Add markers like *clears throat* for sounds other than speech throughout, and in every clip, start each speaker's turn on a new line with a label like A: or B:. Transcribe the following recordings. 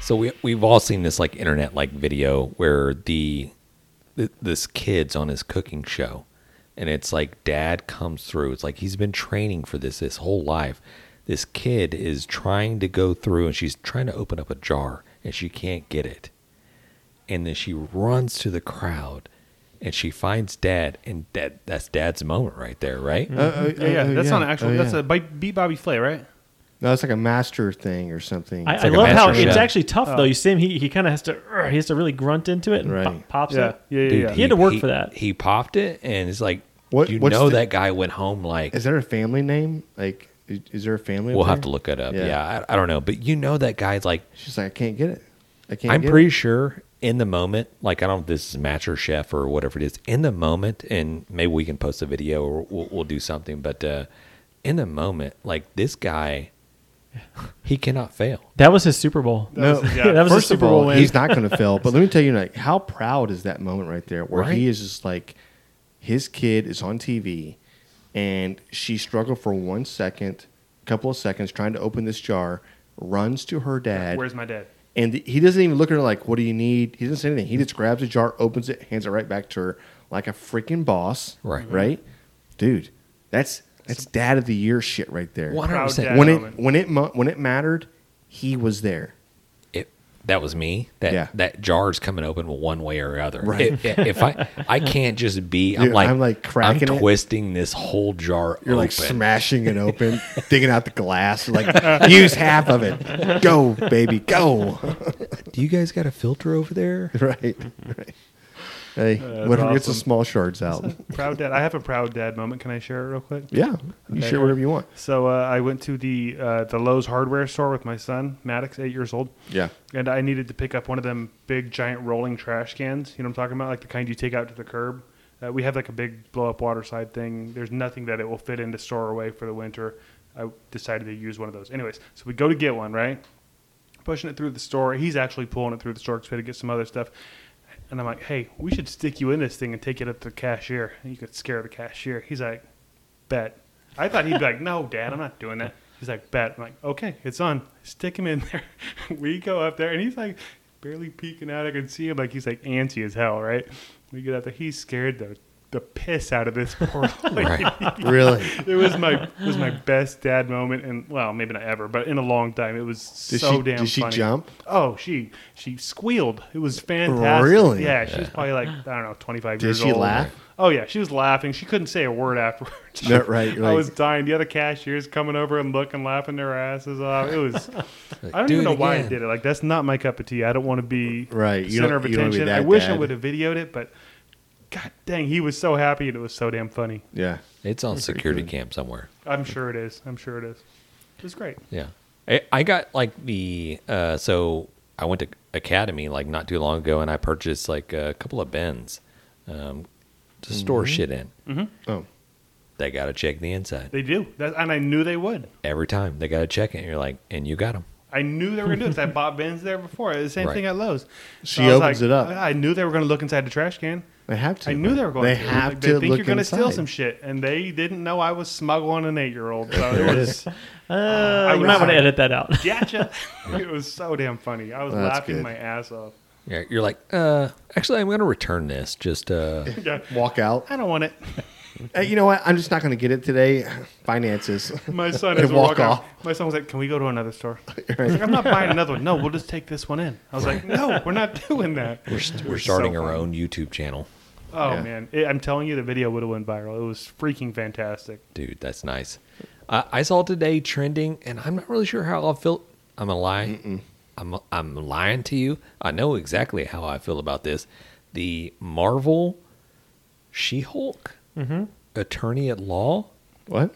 A: So we we've all seen this like internet like video where the, th this kid's on his cooking show, and it's like dad comes through. It's like he's been training for this his whole life. This kid is trying to go through, and she's trying to open up a jar, and she can't get it. And then she runs to the crowd, and she finds dad, and dad that's dad's moment right there, right?
B: Mm-hmm.
C: Oh,
D: yeah, yeah, that's not an actual. That's a by B Bobby Flay, right?
C: No, it's like a master thing or something.
B: I,
C: It's
B: I
A: like a
B: love how
A: master
B: it's
A: chef.
B: actually tough
D: Oh.
B: though. You see him; he, he kind of has to uh, he has to really grunt into it and
C: Right.
B: pop, pops
D: Yeah,
B: it.
D: yeah, yeah.
A: Dude,
D: yeah.
B: he had to work for that.
A: He popped it, and it's like,
C: What-
A: you
C: what's
A: know
C: the-
A: that guy went home like,
C: like- is there a family name? Like, i- is there a family? up
A: we'll have
C: there?
A: to look it up. Yeah,
C: Yeah.
A: I, I don't know, but you know that guy's like,
C: She's like, I can't get it. I can't.
A: I'm
C: get
A: pretty
C: It.
A: sure in the moment, like I don't know if this is Match or Chef or whatever it is, in the moment, and maybe we can post a video or we'll, we'll do something, but uh, in the moment, like this
C: *laughs*
A: guy, he cannot fail.
B: That was his Super Bowl.
C: No,
B: *laughs*
D: was- yeah.
B: that was his
C: first of
B: Super Bowl
C: all,
B: win.
C: he's not going to fail. But let me tell you, like, how proud is that moment right there, where
A: Right.
C: he is just like, his kid is on TV, and she struggled for one second, couple of seconds, trying to open this jar, runs to her dad,
D: Where's my dad?
C: and he doesn't even look at her like, "What do you need?" He doesn't say anything. He just grabs a jar, opens it, hands it right back to her like a freaking boss.
A: Right.
D: Mm-hmm.
C: right, dude. That's that's dad of the year shit right there.
A: One hundred
D: Proud
A: percent.
D: dad
C: When
D: moment.
C: it when it mu- when it mattered, he was there.
A: it that was me that
C: Yeah.
A: that jar's coming open one way or other
C: Right.
A: if, if i i can't just be i'm
C: Dude,
A: like
C: I'm, like, cracking it.
A: twisting this whole jar
C: You're like
A: open.
C: smashing it
D: *laughs*
C: open, digging out the glass, like use half of it. Go, baby, go.
A: do you guys got a filter over there
C: *laughs* right, right. Hey,
D: that's
C: whatever gets the
D: awesome.
C: small shards out.
D: *laughs* Proud dad. I have a proud dad moment. Can I share it real quick?
C: Yeah, you share whatever you want.
D: So uh, I went to the uh, the Lowe's hardware store with my son Maddox, eight years old.
C: Yeah.
D: And I needed to pick up one of them big giant rolling trash cans. You know what I'm talking about, like the kind you take out to the curb. Uh, we have like a big blow up water slide thing. There's nothing that it will fit in to store away for the winter. I decided to use one of those. Anyways, so we go to get one, right? Pushing it through the store. He's actually pulling it through the store because we had to get some other stuff. And I'm like, hey, we should stick you in this thing and take it up to the cashier. And you could scare the cashier. He's like, bet. I thought he'd be like, no, Dad, I'm not doing that. He's like, bet. I'm like, okay, it's on. Stick him in there. *laughs* we go up there, and he's like barely peeking out. I can see him. Like, he's like antsy as hell, right? We get up there. He's scared the, the piss out of this *laughs* poor lady.
C: Really?
D: *laughs* It was my it was my best dad moment, and well, maybe not ever, but in a long time, it was
C: Did
D: so
C: she-
D: damn.
C: did she
D: funny.
C: jump?
D: Oh, she she squealed. It was fantastic.
C: Really?
D: Yeah, she was probably like I don't know, twenty five
C: Did
D: years
C: she
D: old.
C: laugh?
D: Oh yeah, she was laughing. She couldn't say a word afterwards.
C: No, right,
D: *laughs* I
C: right.
D: was dying. The other cashiers coming over and looking, laughing their asses off. It was.
C: *laughs*
D: I don't
A: Do
D: even
A: it
D: know why I
A: again.
D: did it. Like that's not my cup of tea. I don't want to be
C: Right, you
D: center
C: don't-
D: of
C: you don't wanna be
D: attention. I
C: that
D: wish I
C: dad.
D: would have videoed it, but god dang, he was so happy and it was so damn funny.
C: Yeah.
A: it's on security cam somewhere
D: I'm sure it is. I'm sure it is. It was great.
A: yeah I, I got like the uh so i went to academy like not too long ago and i purchased like a couple of bins um to store shit in
C: Oh,
A: they gotta check the inside
D: They do. That, and I knew they would.
A: every time they gotta check it and you're like and you got them
D: I knew they were going to do it. *laughs* 'cause I bought bins there before. The same
A: Right.
D: thing at Lowe's.
C: She
D: I was
C: opens it up.
D: I I knew they were going to look inside the trash can.
C: they have to.
D: I knew they were going
C: They
D: to.
C: have
D: Like,
C: to
D: They think
C: look
D: you're going to steal
C: inside.
D: some shit. And they didn't know I was smuggling an eight year old. So it *laughs* was,
B: Uh, you
D: was- *laughs*
B: might want to edit
C: *laughs*
B: that out.
D: gotcha. it was so damn funny. I was
C: That's
D: laughing
C: good.
D: my ass off.
A: yeah you're like uh actually i'm gonna return this just
D: *laughs*
A: uh
D: Yeah.
C: Walk out.
D: I don't want it.
C: Hey, Uh, you know what? I'm just not going to get it today. *sighs* Finances.
D: My son
C: And
D: is
C: walk
D: walking.
C: off.
D: My son was like, "Can we go to another
C: *laughs*
D: store?" He's like, I'm not buying another one. No, we'll just take this one in. I was like, "No, we're not doing that."
A: We're, st- we're
D: so
A: starting our
D: funny.
A: own YouTube channel.
D: Oh
C: Yeah.
D: man, it, I'm telling you, the video would have went viral. It was freaking fantastic.
A: Dude, that's nice. I I saw today trending, and I'm not really sure how I feel. I'm a lie. I'm, I'm lying to you. I know exactly how I feel about this. The Marvel She Hulk
C: Mm-hmm.
A: attorney at law.
C: *laughs* What?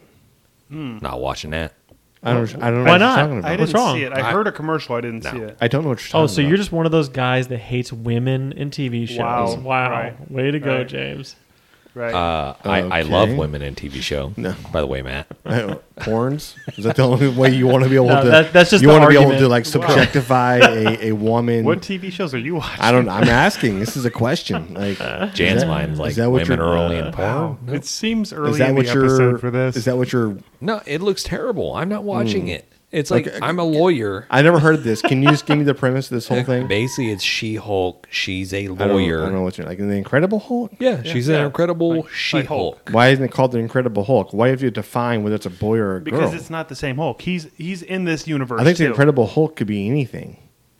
C: Mm.
A: Not watching that.
C: I don't. I don't know
B: Why
C: what
B: not?
C: You're talking about.
D: I
B: What's
D: didn't
B: wrong?
D: see it. I,
A: I-
D: heard a commercial. I didn't
A: No.
D: see it.
C: I don't know what you're talking
B: Oh, so
C: about. *laughs*
B: you're just one of those guys that hates women in TV shows.
D: Wow.
B: Wow.
D: Right.
B: Way to go,
D: Right.
B: James.
D: Right.
A: Uh, I, I love
C: Okay.
A: women in TV show.
C: No.
A: By the way, Matt.
C: Uh, porns? Is that the only way you want to
D: *laughs*
C: be able
B: No,
C: to?
B: that- that's just
C: you
B: the
C: want to be able
B: argument.
C: to like subjectify a, a woman.
D: *laughs* what TV shows are you watching?
C: I don't. I'm asking. This is a question. Like
D: Uh,
A: Jan's
C: that-
A: mind's
C: is
A: like
C: that what
A: women
C: you're- Uh,
A: are only in porn.
D: Wow. It seems early
C: is that
D: in
C: what
D: the episode
C: you're?
D: for this.
C: Is that what you're?
A: No, it looks terrible. I'm not watching it. It's like
C: Mm. Okay.
A: I'm a lawyer.
C: I never heard this. Can you just give me the premise of
A: *laughs*
C: this whole thing?
A: Basically, it's She Hulk. She's a
C: I don't, I
A: lawyer.
C: don't know what's your like. The Incredible Hulk.
A: Yeah, she's an
D: yeah.
A: incredible
D: Like- like
A: She Hulk.
C: Why isn't it called the Incredible Hulk? Why have you define whether it's a boy or a girl?
D: because it's not the same Hulk. He's he's in this universe.
C: I think the
D: too.
C: Incredible Hulk could be anything.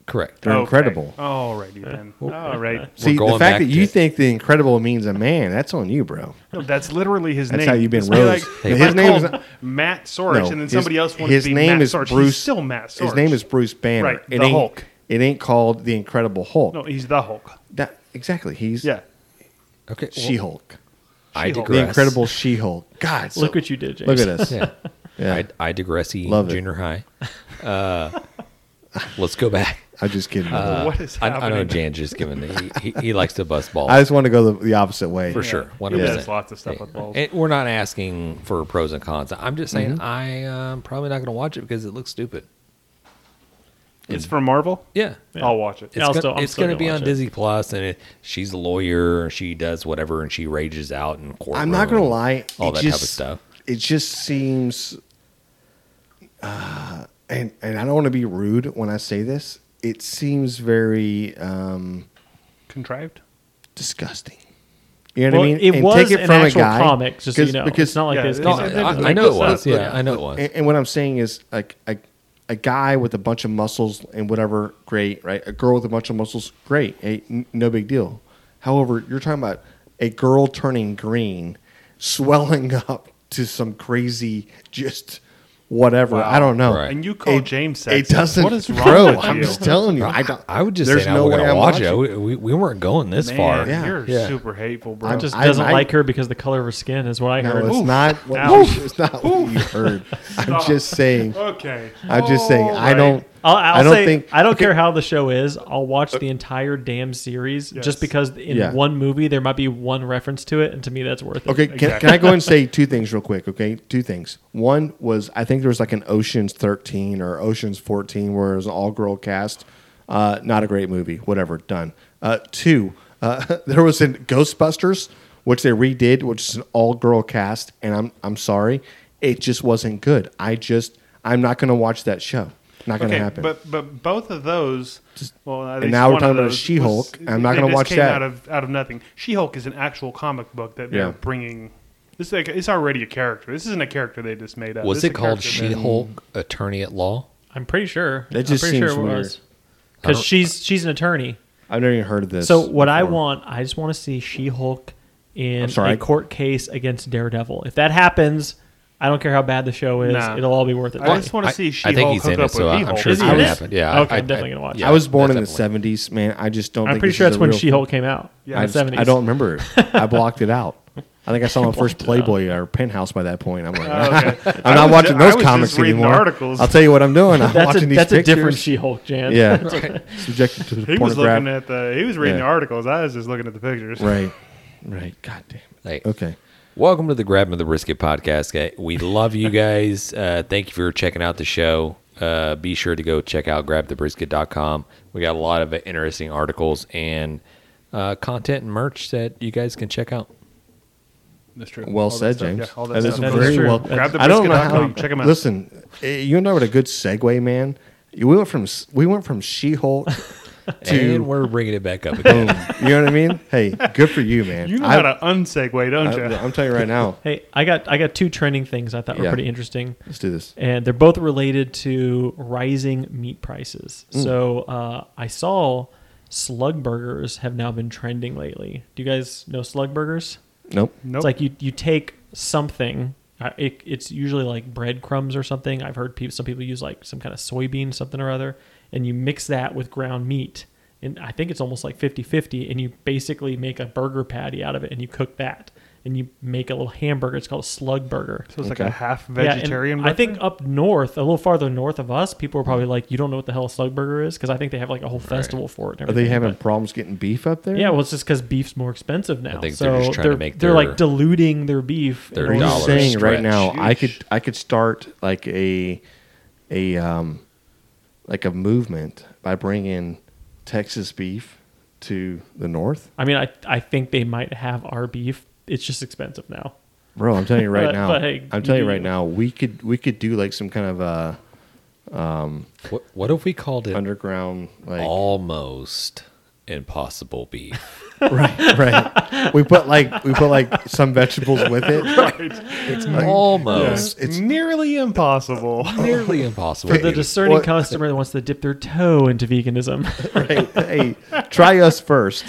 A: Correct.
C: They're
D: Okay.
C: incredible.
D: Alrighty then. All right.
A: We're
C: See, the
A: going
C: fact
A: back
C: that
A: to-
C: you think the Incredible means a man, that's on you, bro.
D: No, that's literally his
C: That's
D: name.
C: how you've been
D: It's really
C: raised.
D: Like,
C: His
D: his
C: name
D: name
C: is
D: is
C: not-
D: Matt Sorge, and then somebody else wanted
C: his
D: to be
C: name
D: Matt
C: is
D: Sorge.
C: Bruce.
D: He's still Matt Sorge.
C: His name is Bruce Banner.
D: Right,
C: It
D: the
C: ain't,
D: Hulk.
C: It ain't called the Incredible Hulk.
D: No, he's the Hulk.
C: That- exactly. He's
D: Yeah.
A: Okay. well,
C: She Hulk.
A: I
D: She-Hulk.
A: digress.
C: The Incredible She Hulk. God, so-
B: Look what you did, James.
C: look at us.
A: Yeah.
C: Yeah.
A: I, I digress.
C: Love it.
A: Junior
C: *laughs*
A: high. Uh, let's go back.
C: I'm just kidding.
D: what is
A: Uh, I,
D: happening?
A: I know Jan's just giving. He, he, he likes to bust balls
C: I just want to go the, the opposite way.
A: for sure. One
D: He
A: hundred
D: does lots of stuff with balls.
A: And we're not asking for pros and cons. I'm just
C: Mm-hmm.
A: saying I am probably not going to watch it because it looks stupid.
D: It's from Marvel.
A: Yeah.
D: I'll watch it.
A: It's,
B: Yeah, I'll
A: gonna,
B: still- I'm
A: it's
B: still
A: gonna
B: gonna
A: be
B: watch
A: on
B: it.
A: Disney Plus, and it, she's a lawyer, and she does whatever, and she rages out in court.
C: I'm not gonna lie.
A: all
C: it
A: that
C: just,
A: type of stuff.
C: It just seems, uh, and and I don't want to be rude when I say this. It seems very um,
D: Contrived.
C: disgusting. You know what
B: Well,
C: I mean?
B: it
C: And
B: was an actual comic, just so you know. It's not like
D: yeah,
B: this.
D: it's
A: No,
D: He's
A: I,
D: like,
A: I-
D: "Look
A: I know
D: this
A: it was.
D: up."
A: Yeah,
C: Yeah.
A: I know it was.
C: And, and what I'm saying is like a, a guy with a bunch of muscles and whatever, great, right? A girl with a bunch of muscles, great, eh, n- no big deal. However, you're talking about a girl turning green, swelling *laughs* up to some crazy just whatever. I don't know.
A: Right.
D: And you call
C: It-
D: James sexy.
C: It doesn't. *laughs*
D: What is wrong
C: bro,
D: with
C: I'm
D: you?
C: just telling you. I, don't,
A: I would just
C: there's
A: say no we're gonna
C: I'm
A: watch it.
C: watching.
A: We, we, we weren't going this
D: Man,
A: far.
C: Yeah.
D: you're
C: yeah.
D: super hateful, bro.
C: I'm
B: Just
C: I-
B: doesn't
C: I-
B: like her because of the color of her skin is what I
C: No,
B: heard.
C: it's
B: Oof.
C: not, what
D: Ouch.
C: you, it's not what you heard. I'm
D: Stop.
C: just saying.
D: okay.
C: I'm just saying. I
D: Alright.
C: don't.
B: I'll, I'll
C: I don't
B: say,
C: think
B: I don't care how the show is. I'll watch the entire damn series
D: Yes.
B: just because in
C: Yeah.
B: one movie there might be one reference to it, and to me that's worth it.
C: Okay, can,
D: Exactly.
C: can I go and say two things real quick? Okay, two things. One was I think there was like an Ocean's 13 or Ocean's 14 where it was an all girl cast. Uh, not a great movie. Whatever, done. Uh, two, uh, *laughs* there was in Ghostbusters, which they redid, which is an all girl cast, and I'm I'm sorry, it just wasn't good. I just I'm not going to watch that show. Not going to
D: Okay,
C: happen.
D: but but both of those. Well, at
C: and
D: least
C: now we're
D: one
C: talking
D: of
C: about
D: those
C: She-Hulk,
D: was-
C: and I'm not
D: they
C: gonna
D: just
C: watch
D: came
C: that.
D: out of out of nothing. She-Hulk is an actual comic book that
C: Yeah.
D: they're bringing. This is like, it's already a character. This isn't a character they just made up.
A: Was
D: This is
A: it
D: a
A: called
D: character they-
A: She Hulk Attorney at Law?
B: I'm pretty sure.
C: That just
B: I'm pretty
C: seems
B: sure it
C: weird.
B: was
A: I don't-
B: because she's she's an attorney.
C: I've never even heard of this.
B: So what I
C: before.
B: want, I just want to see She-Hulk in
C: I'm sorry.
B: a court case against Daredevil. If that happens, I don't care how bad the show is;
D: Nah.
B: it'll all be worth it.
D: I just want to see
A: I think
D: She-Hulk
A: he's in
D: hook
A: it,
D: up
A: so
D: with
A: I'm
D: She-Hulk.
A: sure
B: Is he
A: something
B: in it?
A: happened. Yeah,
B: Okay, I'm definitely gonna watch it.
A: yeah,
C: I was born in
A: definitely.
C: the 70s, man. I just don't.
B: I'm
C: think
B: pretty
C: this
B: sure
C: is
B: that's
C: a
B: when
C: real-
B: She-Hulk came out.
D: Yeah.
B: in
C: I,
B: the
C: just-
B: 70s.
C: I don't remember. it. I blocked it out. I think I
D: *laughs*
C: saw my first Playboy or Penthouse by that point. I'm like,
D: okay.
C: I'm
D: I
C: not
D: was
C: watching
D: ju- I
C: those
D: was just
C: comics
D: reading the
C: anymore.
D: articles.
C: I'll tell you what I'm doing.
D: *laughs*
C: I'm
B: That's a
C: watching these
B: that's
C: pictures.
B: a different She-Hulk, Jan.
C: Yeah, subjected to the
D: He was
C: pornograph-
D: looking at the. He was reading
C: Yeah.
D: the articles. I was just looking at the pictures.
C: right, right. God damn it.
A: Like,
C: Okay.
A: Welcome to the Grab 'em of the Brisket podcast. guy. We love you guys. *laughs* Uh, thank you for checking out the show. Uh, be sure to go check out grabthebrisket.com. We got a lot of interesting articles and uh, content and merch that you guys can check out.
D: *laughs* That's true.
C: Well
D: All that
C: said,
D: stuff,
C: James.
D: Yeah, all that
C: that is
D: stuff.
B: That
C: very
B: is true.
C: well.
B: Grab
D: the
C: I don't know how.
D: brisket.com. Check 'em out.
C: Listen, eh, you know what a good segue, man. You- We went from s- we went from
D: *laughs*
C: She-Hulk to
A: and we're bringing it back up
C: boom.
A: again.
C: You know what I mean? Hey, good for you, man.
D: You know
C: I-
D: how to unsegue, don't you?
C: I, I'm telling you right now.
B: *laughs* Hey, I got I got two trending things I thought were
C: Yeah.
B: pretty interesting.
C: Let's do this.
B: and they're both related to rising meat prices. So uh, I saw slug burgers have now been trending lately. Do you guys know slug burgers?
C: Nope.
D: Nope.
B: It's like you you take something. uh, It, it's usually like breadcrumbs or something. I've heard people, some people use like some kind of soybean something or other, and you mix that with ground meat. And I think it's almost like 50-50, and you basically make a burger patty out of it, and you cook that, and you make a little hamburger. It's called a slug burger.
D: so it's like
C: Okay.
D: a half
B: Yeah, and
D: vegetarian.
B: I think
D: buffet?
B: up north, a little farther north of us, people are probably like, "You don't know what the hell a slug burger is," because I think they have like a whole festival for it. And
C: Are they
B: everything,
C: having
B: but-
C: problems getting beef up there?
B: yeah, well, it's just because beef's more expensive now.
A: think
B: so
A: they're just trying to make
B: they're
A: their-
B: like diluting their beef. in
A: their
B: order
C: I'm
B: to-
C: just
A: dollars
C: saying right
A: stretch.
C: now, I could
D: Sheesh.
C: I could start like a a um like a movement by bringing Texas beef to the north.
B: I mean, I I think they might have our beef. It's just expensive now.
C: Bro, I'm telling you right
B: But-
C: now.
B: but hey,
C: I'm telling you
B: you-
C: right now, we could we could do like some kind of uh
A: What, what if we called it
C: underground like
A: almost impossible
B: *laughs*
A: beef?
C: right right we put like we put like some vegetables with it
A: It's almost.
C: it's-
D: It's nearly impossible.
A: Nearly impossible.
B: For the
A: beef.
B: discerning
C: What-
B: customer that wants to dip their toe into
A: *laughs*
B: veganism.
C: right hey try us
D: *laughs*
C: first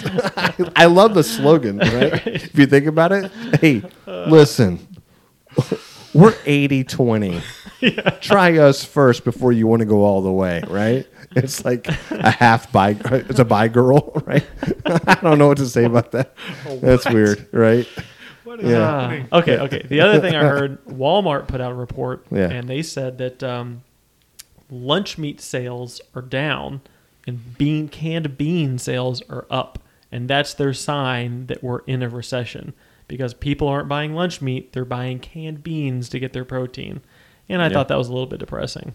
C: i love the slogan right? if you think about it hey listen we're 80
D: *laughs*
C: 20 try us first before you want to go all the way right it's like a half bi it's a bi girl *laughs* right i don't know what to say about that
D: Oh,
C: that's weird right
D: what is
C: Yeah.
B: Ah,
D: happening?
B: okay, okay. The other thing I
C: *laughs*
B: heard, Walmart put out a report,
C: Yeah.
B: and they said that um, lunch meat sales are down, and bean canned bean sales are up, and that's their sign that we're in a recession because people aren't buying lunch meat; they're buying canned beans to get their protein. And I thought that was a little bit depressing.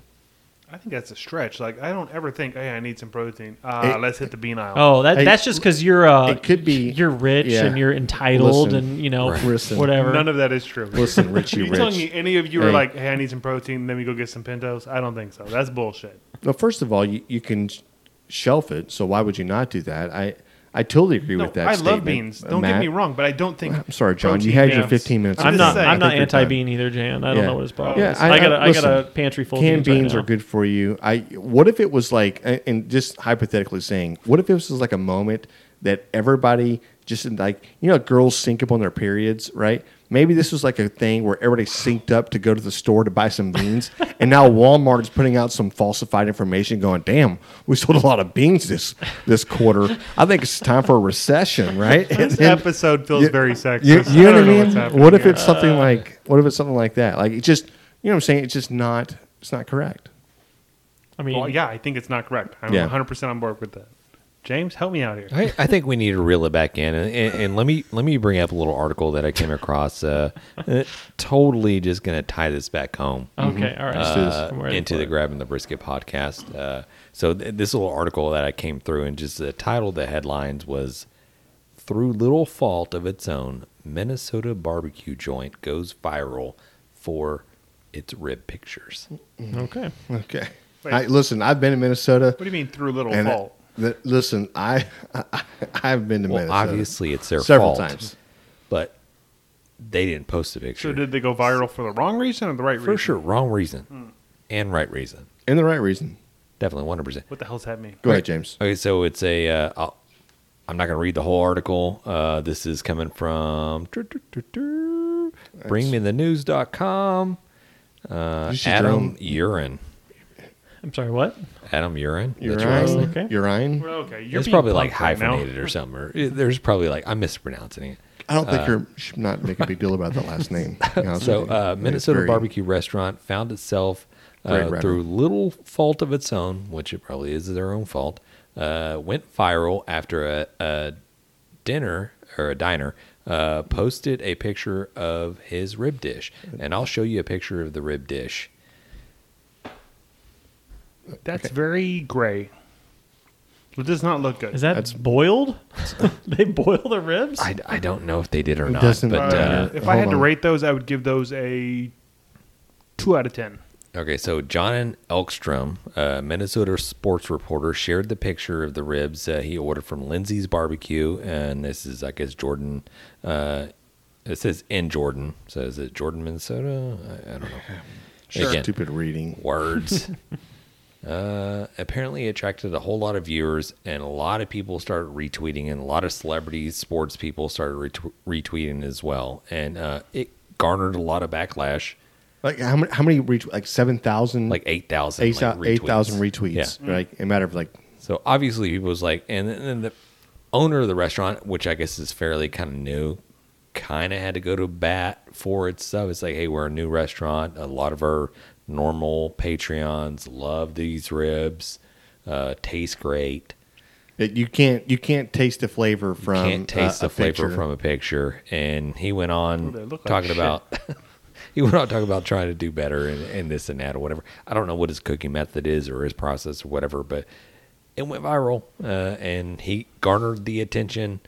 D: I think that's a stretch. Like I don't ever think, hey, I need some protein. Uh,
C: It-
D: let's hit the bean aisle.
B: Oh, that,
C: Hey,
B: that's just because you're uh,
C: it could be-
B: you're rich
C: yeah.
B: and you're entitled
C: Listen.
B: and you know
C: Right. Listen.
B: whatever.
D: None of that is true. *laughs*
C: listen richie
D: you telling me
C: rich
D: any of you
C: Hey.
D: are like, hey, I need some protein, let me go get some pintos? I don't think so. That's bullshit.
C: well first of all you, you can sh- shelf it so why would you not do that i i totally agree
D: No,
C: with that
D: I love
C: statement,
D: beans. Don't
C: Matt.
D: get me wrong, but I don't think.
C: I'm sorry, John. You
D: protein
C: had your
D: beans-
C: 15 minutes.
B: I'm
D: Just
B: not.
D: saying.
B: I'm not
C: I think you're
B: anti bean either, Jan. I don't
C: Yeah.
B: know what his problem
C: Yeah,
B: is.
C: I-
B: I, got. A,
C: I-
B: I, got a
C: listen,
B: pantry full.
C: Canned
B: of beans,
C: beans
B: right
C: are
B: now.
C: good for you. I. What if it was like, and- and just hypothetically saying, what if this was like a moment that everybody just like, you know, girls sync up on their periods, right? Maybe this was like a thing where everybody synced up to go to the store to buy some
B: *laughs*
C: beans, and now Walmart is putting out some falsified information, going, "Damn, we sold a lot of beans this this quarter. I think it's time for a recession,
B: *laughs*
C: right?" *laughs* And
D: *laughs* This
C: then-
D: episode feels
C: you-
D: very sexist.
C: You, you know
D: I
C: what I
D: don't what's
C: mean?
D: happening
C: what if
D: here. Uh,
C: it's something like what if it's something like that? Like it just you know what I'm saying? It's just not it's not correct.
B: I mean,
D: Well, yeah, I think it's not correct. I'm
C: Yeah.
D: 100% on board with that. James, help me out here.
A: I, I think we need to reel it back in, and, and, and let me let me bring up a little article that I came across. Uh, uh, totally, just gonna tie this back home
B: Okay,
C: Mm-hmm.
B: all right. Let's do Oh, this.
A: uh,
B: I'm ready
A: into
B: for
A: the
B: it.
A: grabbing the brisket podcast. Uh, so th- this little article that I came through, and just the title, of the headlines was "Through Little Fault of Its Own, Minnesota Barbecue Joint Goes Viral for Its Rib Pictures."
B: Okay.
C: Okay.
D: Wait.
C: I, listen, I've been in Minnesota.
D: What do you mean through little
C: and
D: fault?
C: th- listen, I, *laughs* I I've been to
A: Well,
C: Minnesota.
A: obviously, it's their
C: Several
A: fault,
C: times.
A: but they didn't post the picture.
D: So did they go viral for the wrong reason or the right
A: For
D: reason?
A: sure, wrong reason and right reason.
C: and the right reason.
A: Definitely, one hundred percent.
D: What the hell's that mean?
C: Go ahead, James.
A: Okay, so it's a. Uh, I'll, I'm not going to read the whole article. Uh, this is coming from bringmethenews.com. Uh,
C: You should
A: Adam
C: drone-
A: Urine.
B: I'm sorry. What?
A: Adam Urine. That's right.
C: Urine, *laughs*
B: Okay.
C: urine.
D: Well, okay, you're
A: It's
D: being
A: probably like
D: punked right now.
A: hyphenated or something. Or it- there's probably like I'm mispronouncing it.
C: I don't think you're should not make a big deal about that last
A: *laughs*
C: name. to be honest
A: Uh, So
C: with you.
A: uh,
C: It's
A: Minnesota
C: very-
A: barbecue restaurant found itself
C: Great
A: uh,
C: writer.
A: through little fault of its own, which it probably is their own fault, uh, went viral after a, a dinner or a diner uh, posted a picture of his rib dish, and I'll show you a picture of the rib dish.
D: That's very gray. It does not look good.
B: Is that
C: That's- *laughs*
B: boiled? *laughs* they boil the ribs?
A: I, I don't know if they did or
C: It
A: not,
C: doesn't
A: but
C: matter.
A: uh,
D: Uh, if I
C: hold
D: had to
C: on.
D: rate those, I would give those a two out of ten.
A: Okay, so John Elkstrom, uh, Minnesota sports reporter, shared the picture of the ribs uh, he ordered from Lindsay's Barbecue, and this is, I guess, Jordan. Uh, it says in Jordan, so is it Jordan, Minnesota? I, I don't
C: *laughs*
A: know. Again,
C: Stupid reading.
A: words.
C: *laughs*
A: uh, apparently, it attracted a whole lot of viewers, and a lot of people started retweeting, and a lot of celebrities, sports people started retw- retweeting as well, and uh, it garnered a lot of backlash,
C: Like how many? How many? Retweet, like seven thousand.
A: like eight thousand,
C: eight thou- eight thousand retweets.
A: Yeah. Mm-hmm.
C: Like a matter of like
A: So obviously, he was like, and then- then the owner of the restaurant, which I guess is fairly kind of new, kind of had to go to bat for its stuff. It's like, hey, we're a new restaurant. A lot of our normal Patreons love these ribs. Uh, taste great.
C: That you can't you can't taste the flavor from
A: Can't taste
C: uh, a
A: the flavor
C: picture.
A: from a picture. And he went
D: Ooh,
A: on
D: they look like
A: talking
D: shit.
A: about. *laughs* He went on talking about trying to do better and, and this and that or whatever. I don't know what his cooking method is or his process or whatever, but it went viral uh, and he garnered the attention.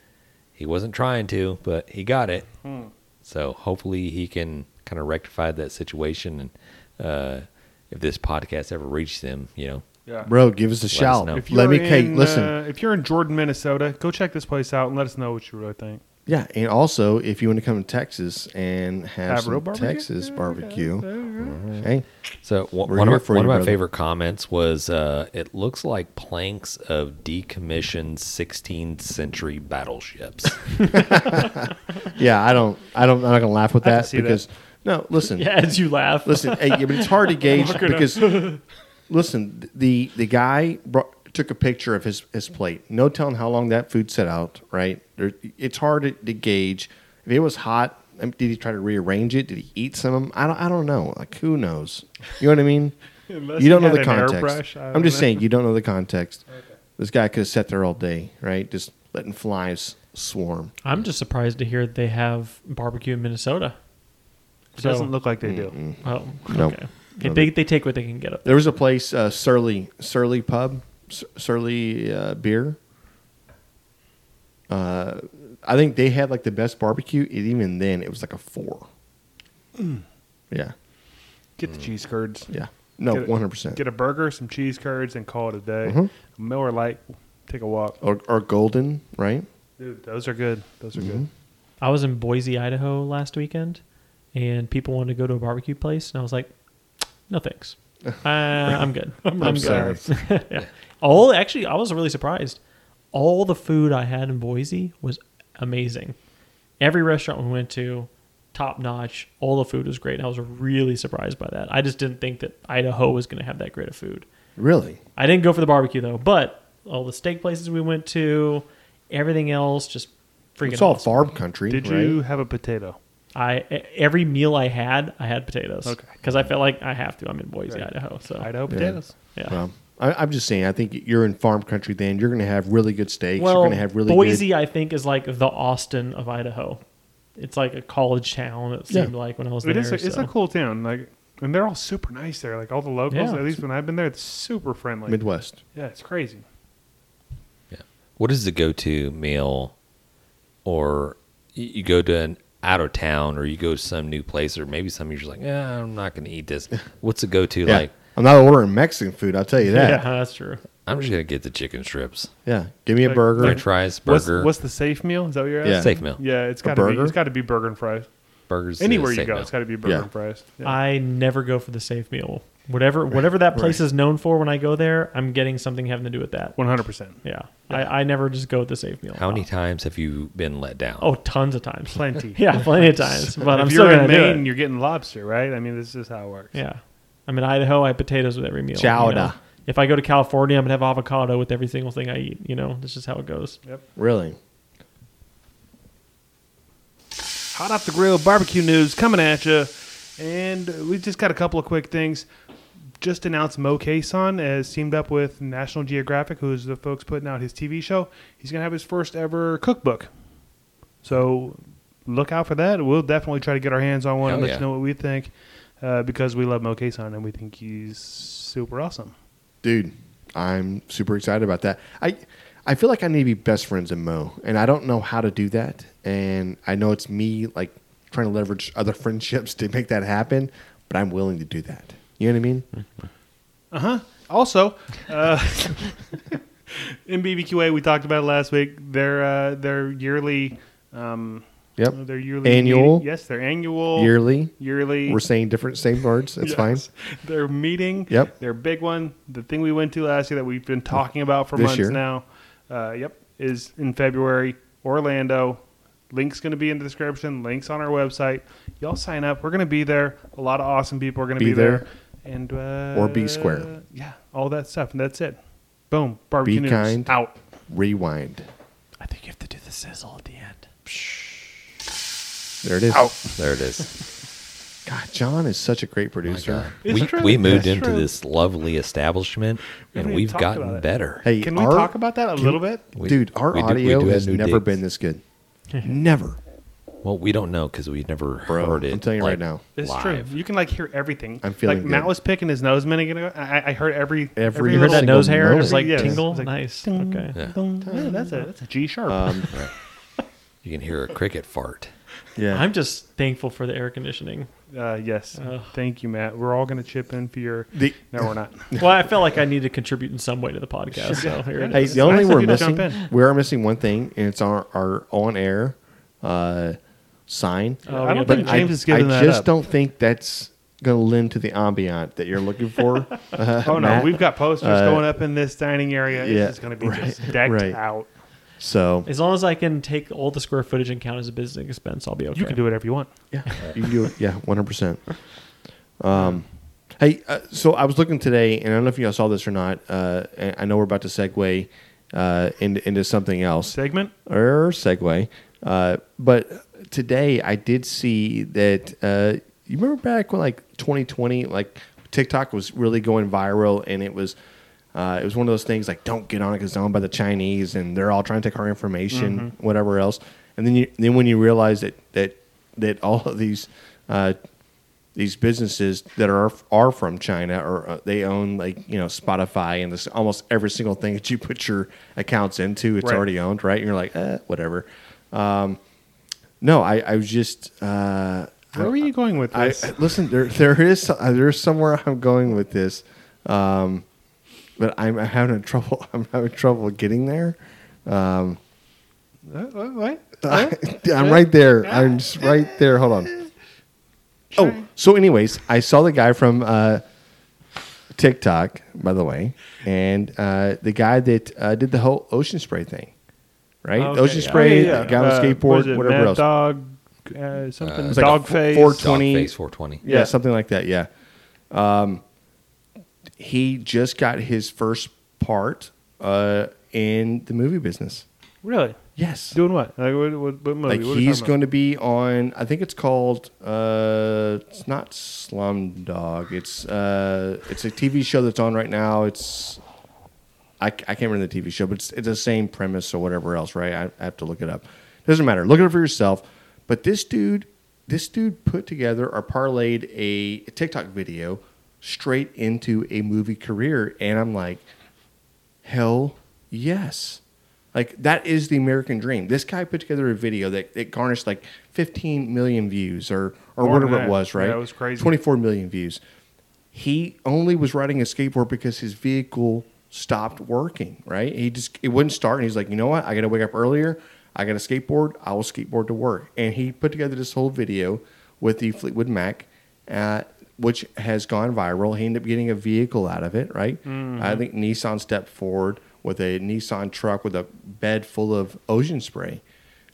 A: He wasn't trying to, but he got it.
D: Hmm.
A: So hopefully he can kind of rectify that situation and uh, if this podcast ever reaches them, you know.
D: Yeah.
C: Bro, give us a
A: us
C: shout.
A: know.
D: If
C: Let
D: you're
C: me,
D: in,
C: Kate, listen.
D: uh, if you're in Jordan, Minnesota, go check this place out and let us know what you really think.
C: Yeah, and also if you want to come to Texas and have,
D: Have
C: some
D: real barbecue?
C: Texas barbecue, hey,
A: So one,
C: We're
A: one of
C: here
A: my,
C: for
D: you,
A: one of my
C: brother.
A: favorite comments was, uh, "It looks like planks of decommissioned 16th century battleships."
C: yeah, I don't, I don't, I'm not gonna laugh with
D: I can
C: that
D: see that.
C: because no,
D: *laughs*
C: listen,
B: Yeah, as you laugh.
C: listen, hey, yeah, but it's hard to gauge
D: Walking up.
C: because listen, the the guy brought, took a picture of his his plate. No telling how long that food set out. Right, there, it's hard to, to gauge if it was hot. um, Did he try to rearrange it? Did he eat some of them? I don't, I don't know. Like who knows? You know what I mean?
D: *laughs* Unless
C: you don't
D: he
C: know the
D: had an
C: context.
D: airbrush, I
C: I'm
D: don't
C: just
D: know.
C: saying you don't know the
D: *laughs*
C: context. This guy could have sat there all day, right? Just letting flies swarm.
B: I'm just surprised to hear that they have barbecue in Minnesota.
D: It doesn't look like they do.
B: Oh,
C: No.
B: okay. They, they take what they can get up there.
C: There was a place, uh, Surly Surly Pub, Sur- Surly uh, Beer. Uh, I think they had like the best barbecue. and even then, it was like a four.
D: Mm.
C: Yeah,
D: Get the cheese curds.
C: yeah, no,
D: Get a-
C: one hundred percent.
D: Get a burger, some cheese curds, and call it a day.
C: Mhm.
D: Miller Lite, take a walk.
C: Or, or golden, right?
D: Dude, those are good. Those are
C: Mm-hmm.
D: good.
B: I was in Boise, Idaho last weekend, and people wanted to go to a barbecue place, and I was like,
C: *laughs*
B: "No thanks, uh, I'm good. I'm,
C: I'm
B: good." *laughs*
C: sorry.
B: yeah. All actually, I was really surprised. All the food I had in Boise was amazing. Every restaurant we went to, top notch. All the food was great. And I was really surprised by that. I just didn't think that Idaho was going to have that great of food.
C: Really?
B: I didn't go for the barbecue though, but all the steak places we went to, everything else, just freaking.
C: It's all
B: awesome.
C: farm country.
D: Did
C: right?
D: you have a potato?
B: I e- every meal I had, I had potatoes.
D: Okay.
B: Because I felt like I have to. I'm in Boise,
D: Right.
B: Idaho. So
D: Idaho potatoes.
B: Uh, yeah.
C: Well, I, I'm just saying. I think you're in farm country. Then you're going to have really good steaks.
B: well,
C: you're going to have really
B: Boise,
C: Good,
B: I think, is like the Austin of Idaho. It's like a college town. It
C: Yeah.
B: seemed like when I was
D: It
B: there.
D: is. A, It's
B: so.
D: a cool town. Like, and they're all super nice there. Like all the locals.
B: Yeah.
D: At least when I've been there, it's super friendly.
C: Midwest.
D: Yeah, it's crazy.
A: *laughs* What is the go-to meal, or y- you go to an out of town, or you go to some new place, or maybe some you're just like, yeah, I'm not going to eat *laughs* this. What's the go-to
C: Yeah.
A: like?
C: I'm not ordering Mexican food. I'll tell you
B: Yeah.
C: that. Yeah.
B: that's true.
A: I'm just going to get the chicken strips,
C: Give me a
D: Like-
C: burger.
A: French fries,
D: What's,
A: burger,
D: what's the safe meal? Is that what you're
C: Yeah.
D: asking?
A: safe meal,
D: Yeah, it's
C: A
D: got to be.
C: burger?
D: It's got to be burger and fries.
A: burgers. is
D: Anywhere you
A: safe
D: go,
A: meal.
D: it's got to be burger
C: Yeah.
D: and fries. Yeah.
B: I never go for the safe meal. Whatever whatever that place is known for when I go there, I'm getting something having to do with that.
D: One hundred percent.
B: Yeah. I, I never just go with the safe meal.
A: How many times have you been let down?
B: Oh, tons of times.
D: Plenty.
B: yeah, plenty of times. But
D: if
B: I'm still
D: you're
B: gonna
D: in
B: do it.
D: Maine, you're getting lobster, right? I mean, this is how it works.
B: Yeah. I'm in Idaho. I have potatoes with every meal. you
C: Chowder.
B: know. If I go to California, I'm gonna have avocado with every single thing I eat. You know, that's just how it goes.
C: Really?
D: hot off the grill barbecue news coming at you and we just got a couple of quick things just announced mo Kason as teamed up with national geographic who's the folks putting out his tv show he's going to have his first ever cookbook so look out for that we'll definitely try to get our hands on one
A: Hell
D: and let
A: yeah.
D: you know what we think uh, because we love mo Kason and we think he's super awesome
C: Dude, I'm super excited about that. I I feel like I need to be best friends with Mo, and I don't know how to do that. And I know it's me like trying to leverage other *laughs* friendships to make that happen, but I'm willing to do that. You know what I mean?
D: Mm-hmm. Also, uh, *laughs* in BBQA, we talked about it last week. Their uh, their yearly, um,
C: Yep.
D: their yearly
C: Annual?
D: meeting- yes, their annual
C: Yearly.
D: yearly.
C: We're saying different same words. That's
D: *laughs* yes,
C: fine.
D: Their meeting.
C: Yep.
D: Their big one, the thing we went to last year that we've been talking about for
C: This
D: months
C: year.
D: now. Uh, yep, is in February, Orlando. Link's going to be in the description. Links on our website. Y'all sign up. We're going to be there. A lot of awesome people are going to
C: Be
D: be, there.
C: there.
D: And uh,
C: Or be square.
D: Yeah, all that stuff, and that's it. Boom. Barbecue
C: Be
D: news
C: kind.
D: out.
C: Rewind.
B: I think you have to do the sizzle at the end.
C: There it is.
A: There it
D: *laughs*
A: is.
C: God, John is such a
A: Oh
C: great producer.
D: It's
A: we
D: true.
A: we moved
D: It's
A: into
D: true.
A: this lovely establishment, and
D: haven't
A: we've
D: talked about
A: gotten
D: it.
A: better.
C: Hey,
D: Can we
C: our-
D: talk about that a little bit?
A: We-
C: dude, our
A: we do- we
C: audio
A: do have
C: has
A: new
C: never
A: digs.
C: been this
D: *laughs*
C: good. never.
A: Well, we don't know because we've never
C: Bro,
A: heard it.
C: I'm telling you right now.
D: It's
A: live.
D: true. You can like hear everything.
C: I'm feeling
D: like Matt
C: good.
D: was picking his nose a minute ago. I, I heard every
C: Every
B: You heard that
C: Single
B: nose hair? It
C: moment.
B: was like
D: Yes.
B: tingle.
D: It's like,
B: nice.
D: ding.
B: Okay.
A: Yeah.
D: Yeah, that's a that's a G sharp.
C: Um,
A: You can hear a cricket fart.
C: Yeah.
B: I'm just thankful for the air conditioning.
D: Uh, yes.
B: Ugh.
D: Thank you, Matt. We're all going to chip in for your.
C: The-
D: no, we're not.
B: Well, I felt like I needed to contribute in some way to the podcast. So here it
C: Hey,
B: is.
D: It's
C: the only
D: nice
C: thing
D: of
C: we're
D: you to jump
C: missing,
D: in.
C: we are missing one thing, and it's our, our on air uh, sign.
B: Oh,
D: I
B: yeah.
D: don't
C: but
D: think
C: I,
D: James is giving
C: I
D: that
C: just
D: up.
C: don't think that's going to lend to the ambiance that you're looking
D: *laughs*
C: for. Uh,
D: Oh no,
C: Matt.
D: we've got posters
C: uh,
D: going up in this dining area.
C: yeah,
D: it's just going to be
C: right,
D: just decked
C: right.
D: out.
C: so
B: As long as I can take all the square footage and count as a business expense, I'll be okay.
D: You can do whatever you want.
C: yeah, you can do it. Yeah, one hundred percent. Um, hey, uh, so I was looking today, and I don't know if you all saw this or not. Uh, and I know we're about to segue uh, into, into something else.
D: Segment.
C: or segue. Uh, but today I did see that uh, you remember back when like 2020, like TikTok was really going viral, and it was uh, it was one of those things like don't get on it because it's owned by the Chinese, and they're all trying to take our information, whatever else. And then you then when you realize that that that all of these uh, these businesses that are are from China or uh, they own like you know Spotify and this almost every single thing that you put your accounts into, it's
D: Right.
C: already owned, right? And you're like, eh, whatever. Um, no, I, I was just uh,
D: Where were you going with
C: I,
D: this?
C: I- listen. There there is uh, there's somewhere I'm going with this, um, but I'm having *laughs* trouble. I'm having trouble getting there. Um,
D: Uh, uh, what?
C: *laughs* I'm right there. I'm just right there. Hold on. Oh, so anyways, I saw the guy from uh, TikTok, by the way, and uh, the guy that uh, did the whole ocean spray thing, right?
B: Okay,
C: ocean
B: yeah.
C: spray,
D: Oh, yeah, yeah.
C: the guy on
D: Uh,
C: the
D: was
C: skateboard,
D: it
C: whatever
D: Mad
C: else.
D: Dog, uh, something.
C: It's like a
D: dog
C: f-
D: face.
C: four-
A: Dog
C: 20
A: face 420.
C: yeah,
D: Yeah.
C: something like that. Yeah. Um, he just got his first part uh, in the movie business.
D: really?
C: Yes.
D: Doing what? Like what, what, what movie?
C: Like
D: What are we
C: he's
D: talking
C: going to be on. I think it's called. Uh, it's not Slumdog. It's uh, it's a TV show that's on right now. It's I, I can't remember the TV show, but it's, it's the same premise or whatever else, right? I, I have to look it up. Doesn't matter. Look it up for yourself. But this dude, this dude put together or parlayed a TikTok video straight into a movie career, and I'm like, hell yes. Like that is the American dream. This guy put together a video that it garnished like 15 million views or or
D: More than
C: whatever it
D: that.
C: was, right?
D: Yeah, it was crazy.
C: 24 million views. He only was riding a skateboard because his vehicle stopped working, right? He just it wouldn't start and he's like, "You know what? I got to wake up earlier. I got a skateboard. I will skateboard to work." And he put together this whole video with the Fleetwood Mac uh, which has gone viral. He ended up getting a vehicle out of it, right? I think Nissan stepped forward with a Nissan truck with a bed full of ocean spray,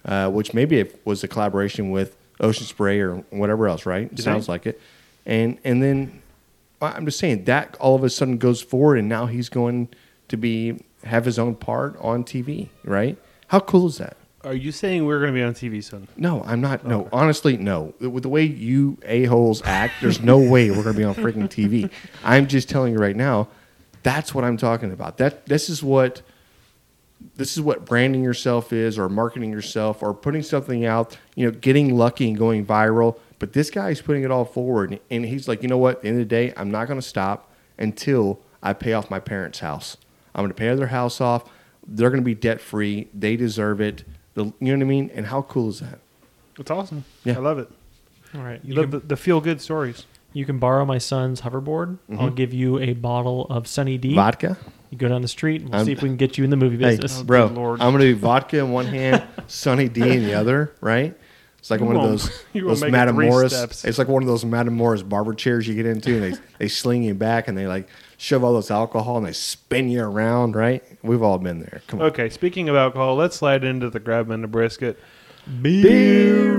C: uh, which maybe it was a collaboration with Ocean Spray or whatever else, right? Sounds like it. And and then I- I'm just saying that all of a sudden goes forward, and now he's going to be have his own part on TV, right? How cool is that?
D: about? Are you saying we're going to be on TV soon?
C: No, I'm not. No, honestly, no. With the way you a-holes act, there's no way we're going to be on freaking TV. I'm just telling you right now, that's what I'm talking about. That this is what this is what branding yourself is or marketing yourself or putting something out, you know, getting lucky and going viral. But this guy's putting it all forward and he's like, you know what? At the end of the day, I'm not going to stop until I pay off my parents' house. I'm going to pay their house off. They're going to be debt free. They deserve it. The, you know what I mean? And how cool is that?
D: It's awesome.
C: Yeah.
D: I love it.
B: All right.
D: You,
B: You,
D: love
B: can,
D: the, the feel good stories.
B: you can borrow my son's hoverboard. I'll give you a bottle of Sunny D.
C: Vodka?
B: You go down the street and we'll
C: I'm-
B: see if we can get you in the movie business.
C: Hey, bro,
D: Oh, good lord.
C: I'm gonna do vodka in one hand, Sunny D in the other. Right? It's like
D: You
C: one of
D: won't-
C: those
D: *laughs* you won't
C: those
D: make it
C: Madame
D: three
C: Morris.
D: steps.
C: It's like one of those Madame Morris barber chairs you get into, and they they sling you back, and they like shove all this alcohol, and they spin you around. Right? We've all been there. Come on.
D: Okay, speaking of alcohol, let's slide into the grab and the brisket.
C: Beer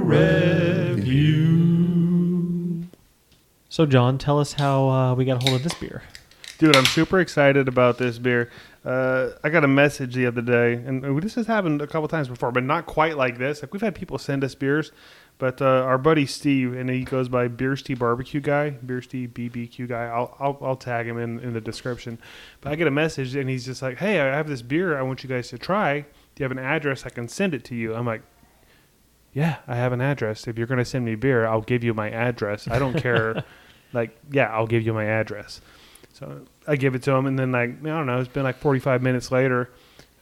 B: So, John, tell us how uh, we got a hold of this beer.
D: Dude, I'm super excited about this beer. Uh, I got a message the other day, and this has happened a couple times before, but not quite like this. Like we've had people send us beers, but uh, our buddy Steve, and he goes by Beer Steve Barbecue Guy, Beer Steve BBQ Guy. I'll I'll, I'll tag him in, in the description. But I get a message, and he's just like, "Hey, I have this beer. I want you guys to try. Do you have an address? I can send it to you." I'm like, yeah, I have an address. If you're going to send me beer, I'll give you my address. I don't care. like, yeah, I'll give you my address. So I give it to him, and then like, I don't know, it's been like 45 minutes later,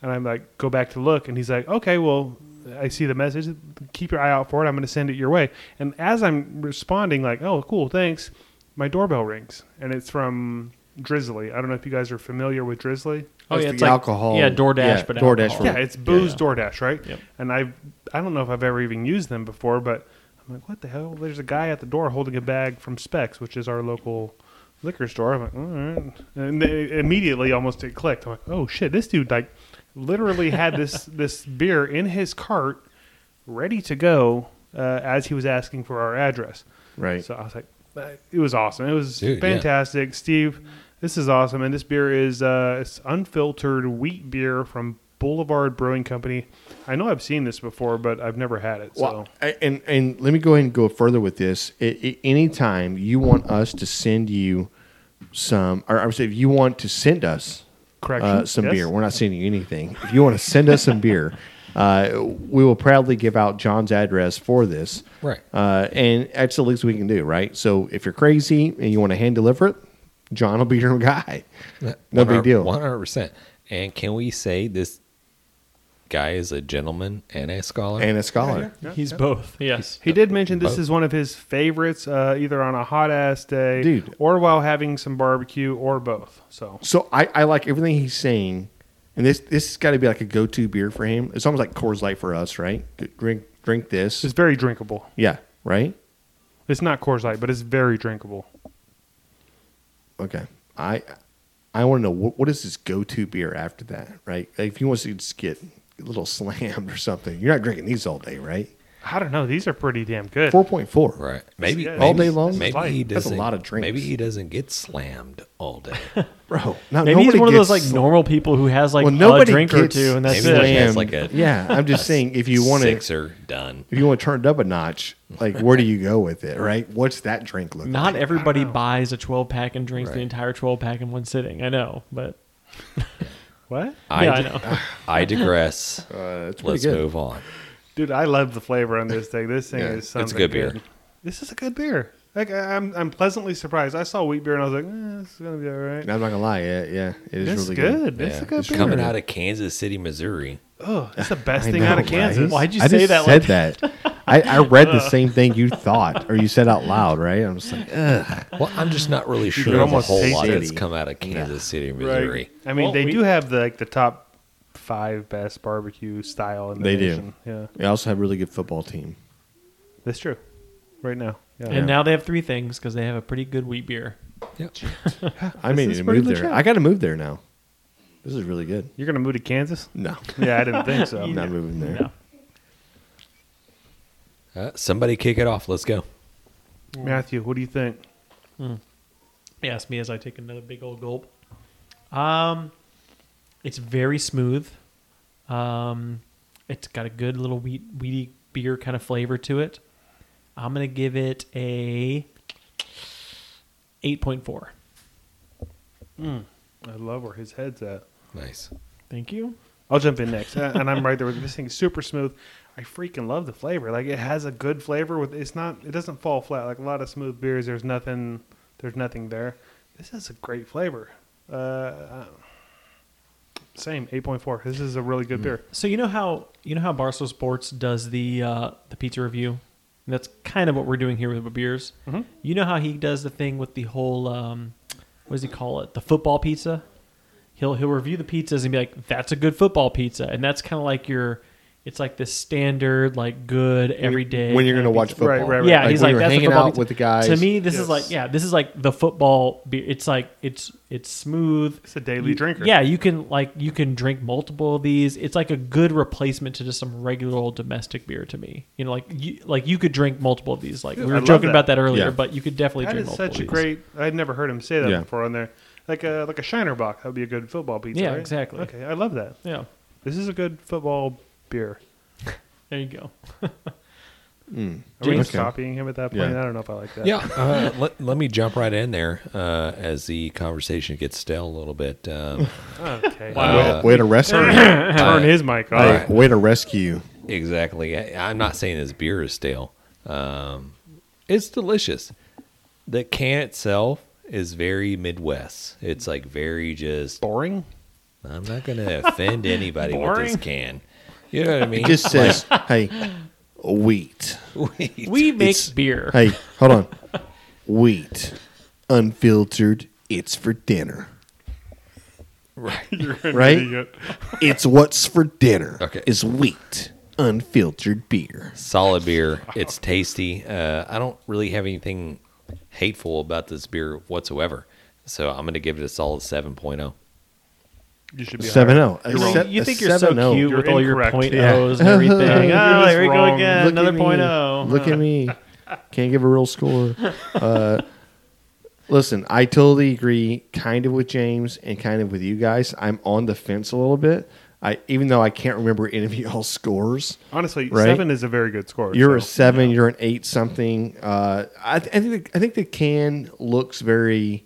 D: and I'm like, go back to look, and he's like, okay, well, I see the message. Keep your eye out for it. I'm going to send it your way. And as I'm responding, like, oh, cool, thanks, my doorbell rings, and it's from Drizzly. I don't know if you guys are familiar with Drizzly.
B: Oh,
C: It's
B: yeah,
C: the
B: it's like-
C: alcohol.
B: yeah, DoorDash,
C: Yeah,
B: but
C: DoorDash
B: alcohol.
C: for-
D: Yeah, it's booze
B: Yeah.
D: DoorDash, right?
B: Yep.
D: And I I don't know if I've ever even used them before, but I'm like, what the hell? There's a guy at the door holding a bag from Specs, which is our local liquor store. I'm like, all right. And they, immediately, almost it clicked. I'm like, oh shit, this dude like literally had this *laughs* this beer in his cart, ready to go uh, as he was asking for our address.
C: Right.
D: So I was like, uh, it was awesome. It was
A: Dude, yeah.
D: fantastic. Steve, this is awesome. And this beer is uh, it's unfiltered wheat beer from Boulevard Brewing Company. I know I've seen this before, but I've never had it. So
C: Well, I- and and let me go ahead and go further with this. I i anytime you want us to send you some, or I would say, if you want to send us uh,
D: Correction,
C: some
D: yes.
C: beer, we're not sending you anything. If you want to send us some beer, uh, we will proudly give out John's address for this.
A: Right.
C: Uh, and that's the least we can do, right? So if you're crazy and you want to hand deliver it, John will be your *laughs* guy. No big deal.
A: One hundred percent. And can we say this guy is a gentleman and a scholar?
C: And a scholar.
B: He's both. Yes.
D: he did mention this
A: Both.
D: is one of his favorites, uh, either on a hot ass day,
C: Dude.
D: or while having some barbecue, or both. So
C: So I, I like everything he's saying, and this this has got to be like a go to beer for him. It's almost like Coors Light for us, right? Drink drink this,
D: it's very drinkable.
C: yeah, right?
D: It's not Coors Light, but it's very drinkable.
C: Okay, I I want to know what, what is his go to beer after that, right? Like if he wants to just get a little *laughs* slammed or something, you're not drinking these all day, right?
D: I don't know. These are pretty damn good.
C: Four point four,
A: Right. Maybe
D: yeah,
C: all
A: maybe-
C: day long?
A: Maybe
D: That's
A: he
D: light.
A: doesn't.
C: That's a lot of drinks.
A: Maybe he doesn't get slammed all day.
C: bro? No,
B: Maybe he's
C: nobody
B: one of those like
C: gets sl-
B: normal people who has like
C: Well, nobody
B: a drink or
C: gets
B: two, and that's
A: Maybe
B: it.
A: he has
C: slammed.
A: like a
C: Yeah, I'm *laughs* just saying if you want to.
A: sixer done.
C: If you want to turn it up a notch, like where do you go with it, right? What's that drink look
B: *laughs* Not
C: like?
B: everybody buys a 12 pack and drinks the
A: Right.
B: entire 12 pack in one sitting. I know, but
D: What?
B: yeah, I
A: di-
B: know.
A: *laughs* I digress.
C: That's pretty
A: Uh, Let's
C: good.
A: move on.
D: Dude, I love the flavor on this thing. This thing
C: Yeah,
D: is
C: it's
A: a
D: something.
A: good beer.
D: This is a good beer. Like I- I'm, I'm pleasantly surprised. I saw wheat beer and I was like, eh, this is gonna be all right.
C: And I'm not gonna lie, yeah, yeah, it is
D: It's
C: really
D: good.
C: good.
D: It's a good
A: It's
D: beer.
A: coming out of Kansas City, Missouri.
D: Oh, it's the
C: *laughs*
D: best
C: I
D: thing
C: know,
D: out of
C: right?
D: Kansas.
B: Why'd you
C: I
B: say
C: just
B: that
C: Said
B: like
C: that. I, I read
D: *laughs*
C: the
D: Uh.
C: same thing you thought or you said out loud, right? I'm just like, ugh.
A: Well, I'm just not really
D: can
A: sure of a
D: almost
A: whole
D: taste
A: lot
C: it.
A: that's come out of Kansas City, Missouri.
D: I mean,
B: Well,
D: they
B: we-
D: do have the like the top five best barbecue style in the
C: They do.
D: nation. Yeah,
C: they also have a really good football team.
D: that's true. Right now. Yeah.
B: And now they have three things because they have a pretty good wheat beer.
A: Yep.
C: I may need
D: is
C: to
D: pretty
C: move there.
D: legit.
C: I got to move there now. This is really good.
D: You're gonna move to Kansas? *laughs*
C: No,
D: Yeah, I didn't think so.
C: I'm *laughs* not moving there.
B: No.
A: Uh, somebody kick it off. Let's go.
D: Matthew, what do you think?
B: He asked me as I take another big old gulp. Um, it's very smooth. Um, it's got a good little wheat, wheaty beer kind of flavor to it. I'm gonna give it a eight point four.
D: I love where his head's at.
A: Nice.
B: Thank you.
D: I'll jump in next, Uh, and I'm right there with you. this thing. Is super smooth. I freaking love the flavor. Like it has a good flavor. With it's not. It doesn't fall flat. Like a lot of smooth beers, there's nothing. There's nothing there. This is a great flavor. Uh, uh, same eight point four. This is a really good beer.
B: So you know how you know how Barstool Sports does the uh, the pizza review. And that's kind of what we're doing here with the beers.
C: Mm-hmm.
D: Mhm.
B: You know how he does the thing with the whole um, what does he call it? The football pizza. He'll he'll review the pizzas and be like, "That's a good football pizza," and that's kind of like your, it's like the standard like good every day.
C: When you're
B: kind
C: gonna
B: of
C: watch
B: pizza.
C: football,
D: Right, right, right.
B: Yeah,
C: Like
B: he's
C: when
B: like
C: you're
B: that's
C: hanging
B: the football
C: out
B: pizza."
C: with the guys.
B: To me, this
D: Yes.
B: is like yeah, this is like the football beer. It's like it's it's smooth.
D: It's a daily
B: You-
D: drinker.
B: Yeah, you can like you can drink multiple of these. It's like a good replacement to just some regular old domestic beer to me. You know, like you like you could drink multiple of these. Like we
D: Yeah, I
B: were
D: love
B: joking
D: that.
B: about that earlier,
C: Yeah.
B: but you could definitely
D: That
B: drink
D: is
B: multiple.
D: such a
B: of these.
D: great. I'd never heard him say that
C: Yeah.
D: before on there. Like a like a Shiner Bock. That would be a good football pizza.
B: Yeah,
D: right?
B: exactly.
D: Okay, I love that.
B: Yeah,
D: This is a good football beer.
B: there you go.
D: Are we just
C: Okay.
D: copying him at that point?
C: Yeah.
D: I don't know if I like that.
A: Yeah. Uh, *laughs* let, let me jump right in there uh, as the conversation gets stale a little bit. Um,
D: Okay.
A: Uh,
C: way to
B: *laughs*
C: rescue.
D: Turn his mic off.
C: Hey, way to rescue.
A: Exactly. I, I'm not saying this beer is stale. Um, it's delicious. The can itself is very Midwest. It's like very just.
D: Boring.
A: I'm not going to offend anybody with this
B: Boring.
A: can. You know what I
C: It
A: mean? *laughs*
C: just says, "Hey, wheat."
A: Wait.
B: We make
C: It's-
B: beer.
C: Hey, hold on, wheat, unfiltered. It's for dinner, right?
D: Idiot.
C: It's what's for dinner.
A: Okay.
C: is wheat, unfiltered beer.
A: solid
D: *laughs*
A: beer. It's tasty. Uh, I don't really have anything hateful about this beer whatsoever. So I'm going to give it a solid oh. 7.0.
D: You should be
C: Seven oh.
D: higher.
C: zero.
D: You're wrong.
B: You, you think you're so
C: oh.
B: cute
D: You're
B: with all your
D: incorrect.
B: point
C: Yeah.
B: O's and *laughs* everything.
D: *laughs* You're
B: oh,
D: just
B: here we go
D: wrong.
B: again.
C: Look at
B: Another
C: me.
B: point oh.
C: Look at me.
B: *laughs*
C: Can't give a real score. Uh, listen, I totally agree, kind of with James and kind of with you guys. I'm on the fence a little bit. I even though I can't remember any of y'all's scores.
D: Honestly,
C: Right?
D: seven is a very good score.
C: You're a
D: so-
C: seven. You're an eight something. Uh, I, th- I think the, I think the can looks very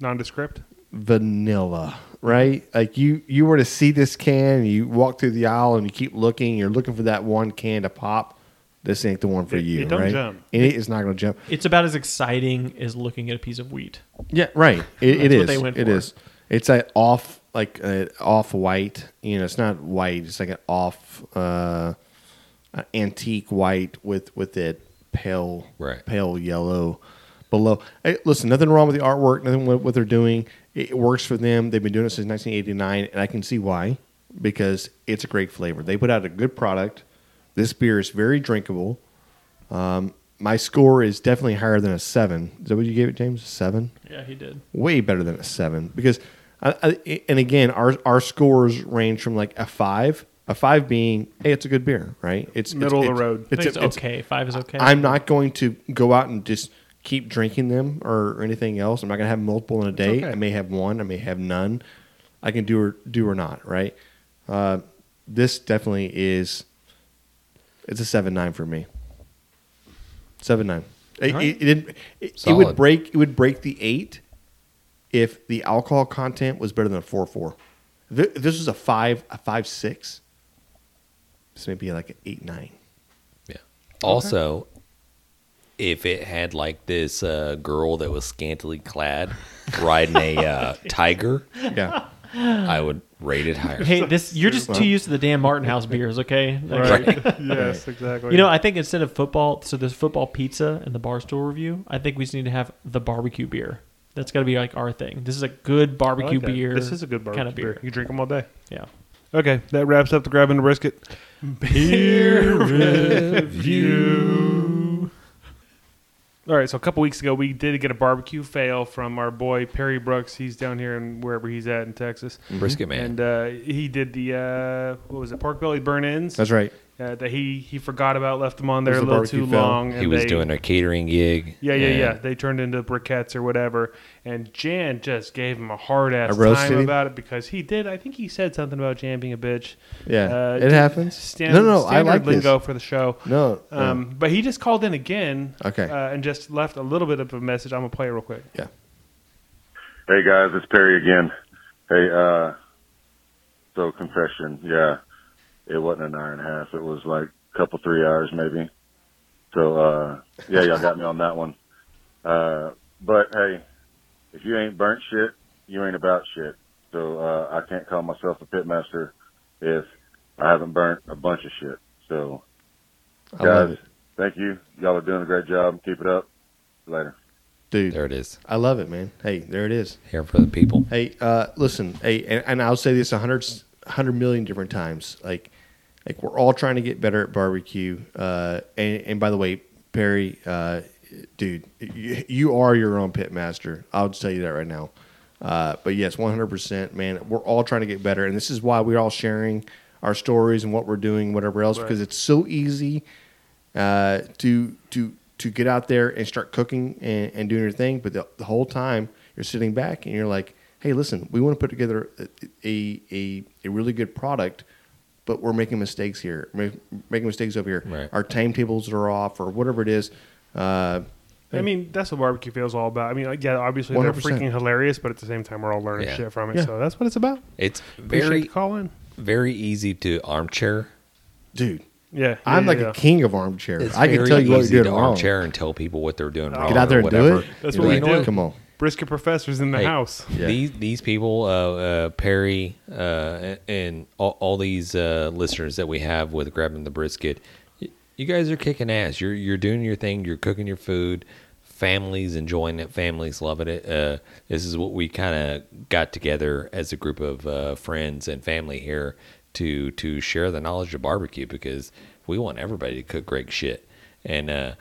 D: nondescript.
C: vanilla, right? Like you you were to see this can, you walk through the aisle and you keep looking, you're looking for that one can to pop. This ain't the one for
D: It-
C: you,
D: it don't
C: right?
D: jump.
C: And it is not going to jump.
B: It's about as exciting as looking at a piece of wheat.
C: Yeah, right. It, it
B: That's
C: is.
B: what they went
C: It
B: for.
C: is. It's an off like an off white. You know, it's not white. It's like an off uh, uh, antique white with with it pale
A: Right.
C: pale yellow below. Hey, listen, nothing wrong with the artwork. Nothing with what they're doing. It, it works for them. They've been doing it since 1989, and I can see why because it's a great flavor. They put out a good product. This beer is very drinkable. Um, my score is definitely higher than a seven. Is that what you gave it, James? A seven?
B: Yeah, he did.
C: way better than a seven because I, I, and again our our scores range from like a five a five being hey it's a good beer right it's
D: Middle of the
C: it's-
D: road.
B: I think it's,
C: it's-
B: okay. Five is okay.
C: i'm not going to go out and just keep drinking them or, or anything else i'm not going to have multiple in a day
D: okay.
C: i may have one i may have none i can do or do or not right uh, this definitely is it's a seven nine for me Seven nine. It,
A: right.
C: it, it didn't. It, it would
A: Solid.
C: break. It would break the eight if the alcohol content was better than a four four. Th- If this was a five a five six. This may be like an eight nine.
A: Yeah. Also, if it had like this uh, girl that was scantily
D: *laughs*
A: clad riding a uh, tiger,
C: Yeah.
A: I would rate it higher.
D: *laughs*
B: hey, this you're just too used to the damn Martin House beers, okay? Like,
D: Right. *laughs* yes, exactly.
B: You know, I think instead of football, so there's football pizza and the bar stool review. I think we just need to have the barbecue beer. That's got to be like our thing. This is a good
D: I like
B: barbecue
D: that.
B: beer.
D: This is a good barbecue
B: kind of beer.
D: beer. You drink them all day.
B: Yeah.
D: Okay, that wraps up the grabbing the brisket. Beer review. All right, so a couple weeks ago, we did get a barbecue fail from our boy Perry Brooks. He's down here and wherever he's at in Texas,
A: Brisket man.
D: and uh, he did the uh, what was it, pork belly burn ins
C: That's right.
D: uh, that he he forgot about, left them on there
C: It
D: a
C: was a
D: little
C: barbecue
D: too
C: fail.
D: long.
A: he was
D: they-
A: doing a catering gig.
D: yeah, yeah, yeah.
A: and
D: They turned into briquettes or whatever. And Jan just gave him a hard ass
C: I roasted
D: time
C: him.
D: about it because he did. I think he said something about Jan being a bitch.
C: Yeah.
D: Uh,
C: it happens.
D: Stand,
C: no, no. I like this.
D: lingo for the show.
C: No.
D: Um, But he just called in again.
C: Okay.
D: Uh, and just left a little bit of a message. I'm gonna play it real quick.
C: yeah.
E: Hey guys, it's Perry again. Hey, uh, so confession, yeah, it wasn't an hour and a half. It was like a couple, three hours maybe. So, uh, yeah, y'all got me on that one. Uh, but hey, if you ain't burnt shit, you ain't about shit. So, uh, I can't call myself a pitmaster if I haven't burnt a bunch of shit. So,
C: I
E: guys,
C: love it,
E: thank you. Y'all are doing a great job. Keep it up. Later.
C: dude.
A: There it is.
C: I love it, man. Hey, there it is.
A: Here for the people.
C: Hey, uh, listen, hey, and, and I'll say this a hundred, hundred million different times. Like, like we're all trying to get better at barbecue. Uh, and, and by the way, Perry, uh, dude, you, you are your own pit master. I'll just tell you that right now. Uh, but yes, one hundred percent, man. We're all trying to get better, and this is why we're all sharing our stories and what we're doing, whatever else, because it's so easy uh, to to to get out there and start cooking and, and doing your thing. But the, the whole time you're sitting back and you're like, hey, listen, we want to put together a a, a, a really good product, but we're making mistakes here, ma- making mistakes over here.
A: Right.
C: Our timetables are off or whatever it is. Uh,
D: I mean, that's what barbecue feels all about. I mean, like, yeah, obviously they are
C: 100%.
D: freaking hilarious, but at the same time, we're all learning
A: Yeah.
D: shit from it.
C: Yeah.
D: So that's what it's about.
A: It's
D: Appreciate
A: very,
D: the call in.
A: very easy to armchair.
C: dude,
D: Yeah,
C: I'm
D: yeah,
C: like
D: yeah.
C: a king of armchairs.
A: It's
C: I can
A: very
C: tell you what
A: easy
C: you're
A: to
C: doing wrong.
A: armchair and tell people what they're doing wrong.
C: Get out there
A: or
C: and
A: whatever.
C: do it.
D: That's
C: You're
D: what we
C: like,
D: do.
C: Come on.
D: Brisket professors in the
A: Hey,
D: house.
C: Yeah.
A: These these people, uh, uh, Perry, uh, and all, all these uh, listeners that we have with grabbing the brisket, y- you guys are kicking ass. You're you're doing your thing. You're cooking your food. Families enjoying it. Families loving it. Uh, this is what we kind of got together as a group of uh, friends and family here to to share the knowledge of barbecue because we want everybody to cook great shit and. uh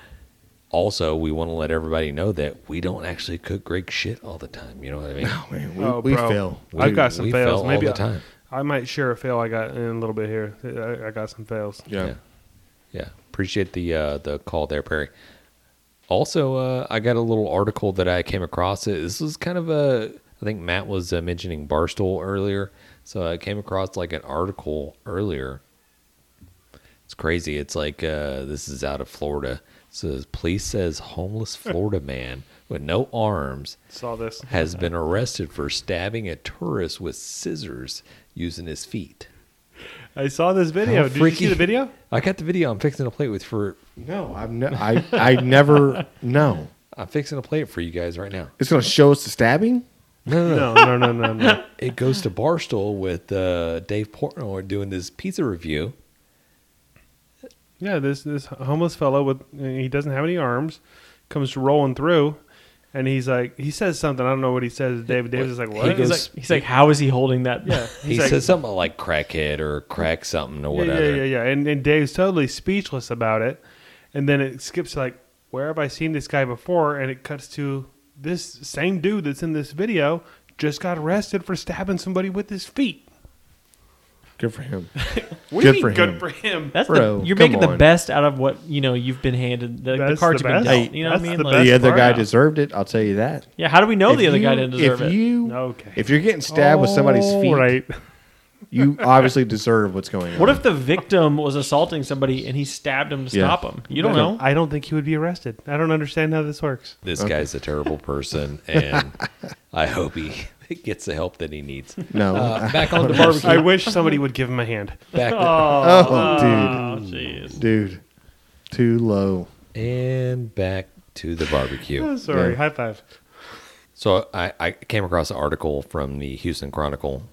A: also, we want to let everybody know that we don't actually cook great shit all the time. You know what I mean?
C: Man, we,
D: Oh,
C: we
D: bro.
C: fail.
D: I've
A: We-
D: got some
A: we fail
D: fails.
A: all
D: Maybe
A: the
D: I-
A: time.
D: I, might share a fail I got in a little bit here. I, I got some fails.
C: Yeah.
A: yeah. Yeah. Appreciate the uh, the call there, Perry. Also, uh, I got a little article that I came across. This was kind of a I think Matt was uh, mentioning Barstool earlier, so I came across like an article earlier. It's crazy. It's like uh, this is out of Florida. It says police says homeless Florida man with no arms
D: Saw this.
A: has been arrested for stabbing a tourist with scissors using his feet.
D: I saw this video.
A: How
D: Did you
A: freaky.
D: see
A: *laughs*
D: the video?
A: I got the video. I'm fixing to play it with for.
C: No, I've ne- I I
D: *laughs*
C: never no.
A: I'm fixing to play it for you guys right now.
C: It's gonna show us the stabbing.
A: No, no, no.
D: No, no, no, no, no.
A: it goes to Barstool with uh, Dave Portnoy doing this pizza review.
D: Yeah, this this homeless fellow with he doesn't have any arms, comes rolling through, and he's like he says something. I don't know what he says. to David Davis is like what?
A: He
B: he's,
A: goes-
B: like, he's like, how is he holding that?
D: yeah.
A: *laughs* He
D: He's like,
A: says something like crackhead or crack something or
D: yeah,
A: whatever.
D: Yeah, yeah, yeah. And, and Dave's totally speechless about it. And then it skips to like, where have I seen this guy before? And it cuts to this same dude that's in this video just got arrested for stabbing somebody with his feet.
C: Good for
D: *laughs*
C: him.
D: What do you
C: Good for
D: mean, good
C: him.
D: for him?
B: *laughs* That's
C: Bro,
B: the, you're
C: come
B: making the
C: on.
B: best out of what you know you've been handed. The, the
D: That's
B: cards
D: the
B: you've been
D: best.
B: dealt. You know what I
D: That's
B: mean?
D: the
B: Like,
D: best.
C: the other
D: part
C: guy
D: now.
C: deserved it. I'll tell you that.
B: yeah. How do we know
C: If
B: Oh, the other
C: you-
B: guy didn't deserve
C: if
B: it?
C: You,
D: Okay.
C: If you're getting stabbed with somebody's feet,
D: Right.
B: *laughs*
C: you obviously deserve what's going on.
B: What if the victim was assaulting somebody and he stabbed him to
C: Yeah.
B: stop him? You don't know.
D: I don't think he would be arrested. I don't understand how this
B: *laughs*
D: works.
A: This guy's a terrible person, and I hope he *laughs* gets the help that he needs.
C: No. *laughs*
A: Uh, back on the
D: I
A: barbecue.
D: wish somebody would give him a hand.
A: Back
C: oh,
B: Oh, jeez.
C: dude, dude, too low.
A: and back to the barbecue.
D: Oh, *laughs* sorry.
C: Yeah.
D: High five.
A: So I, I came across an article from the Houston Chronicle.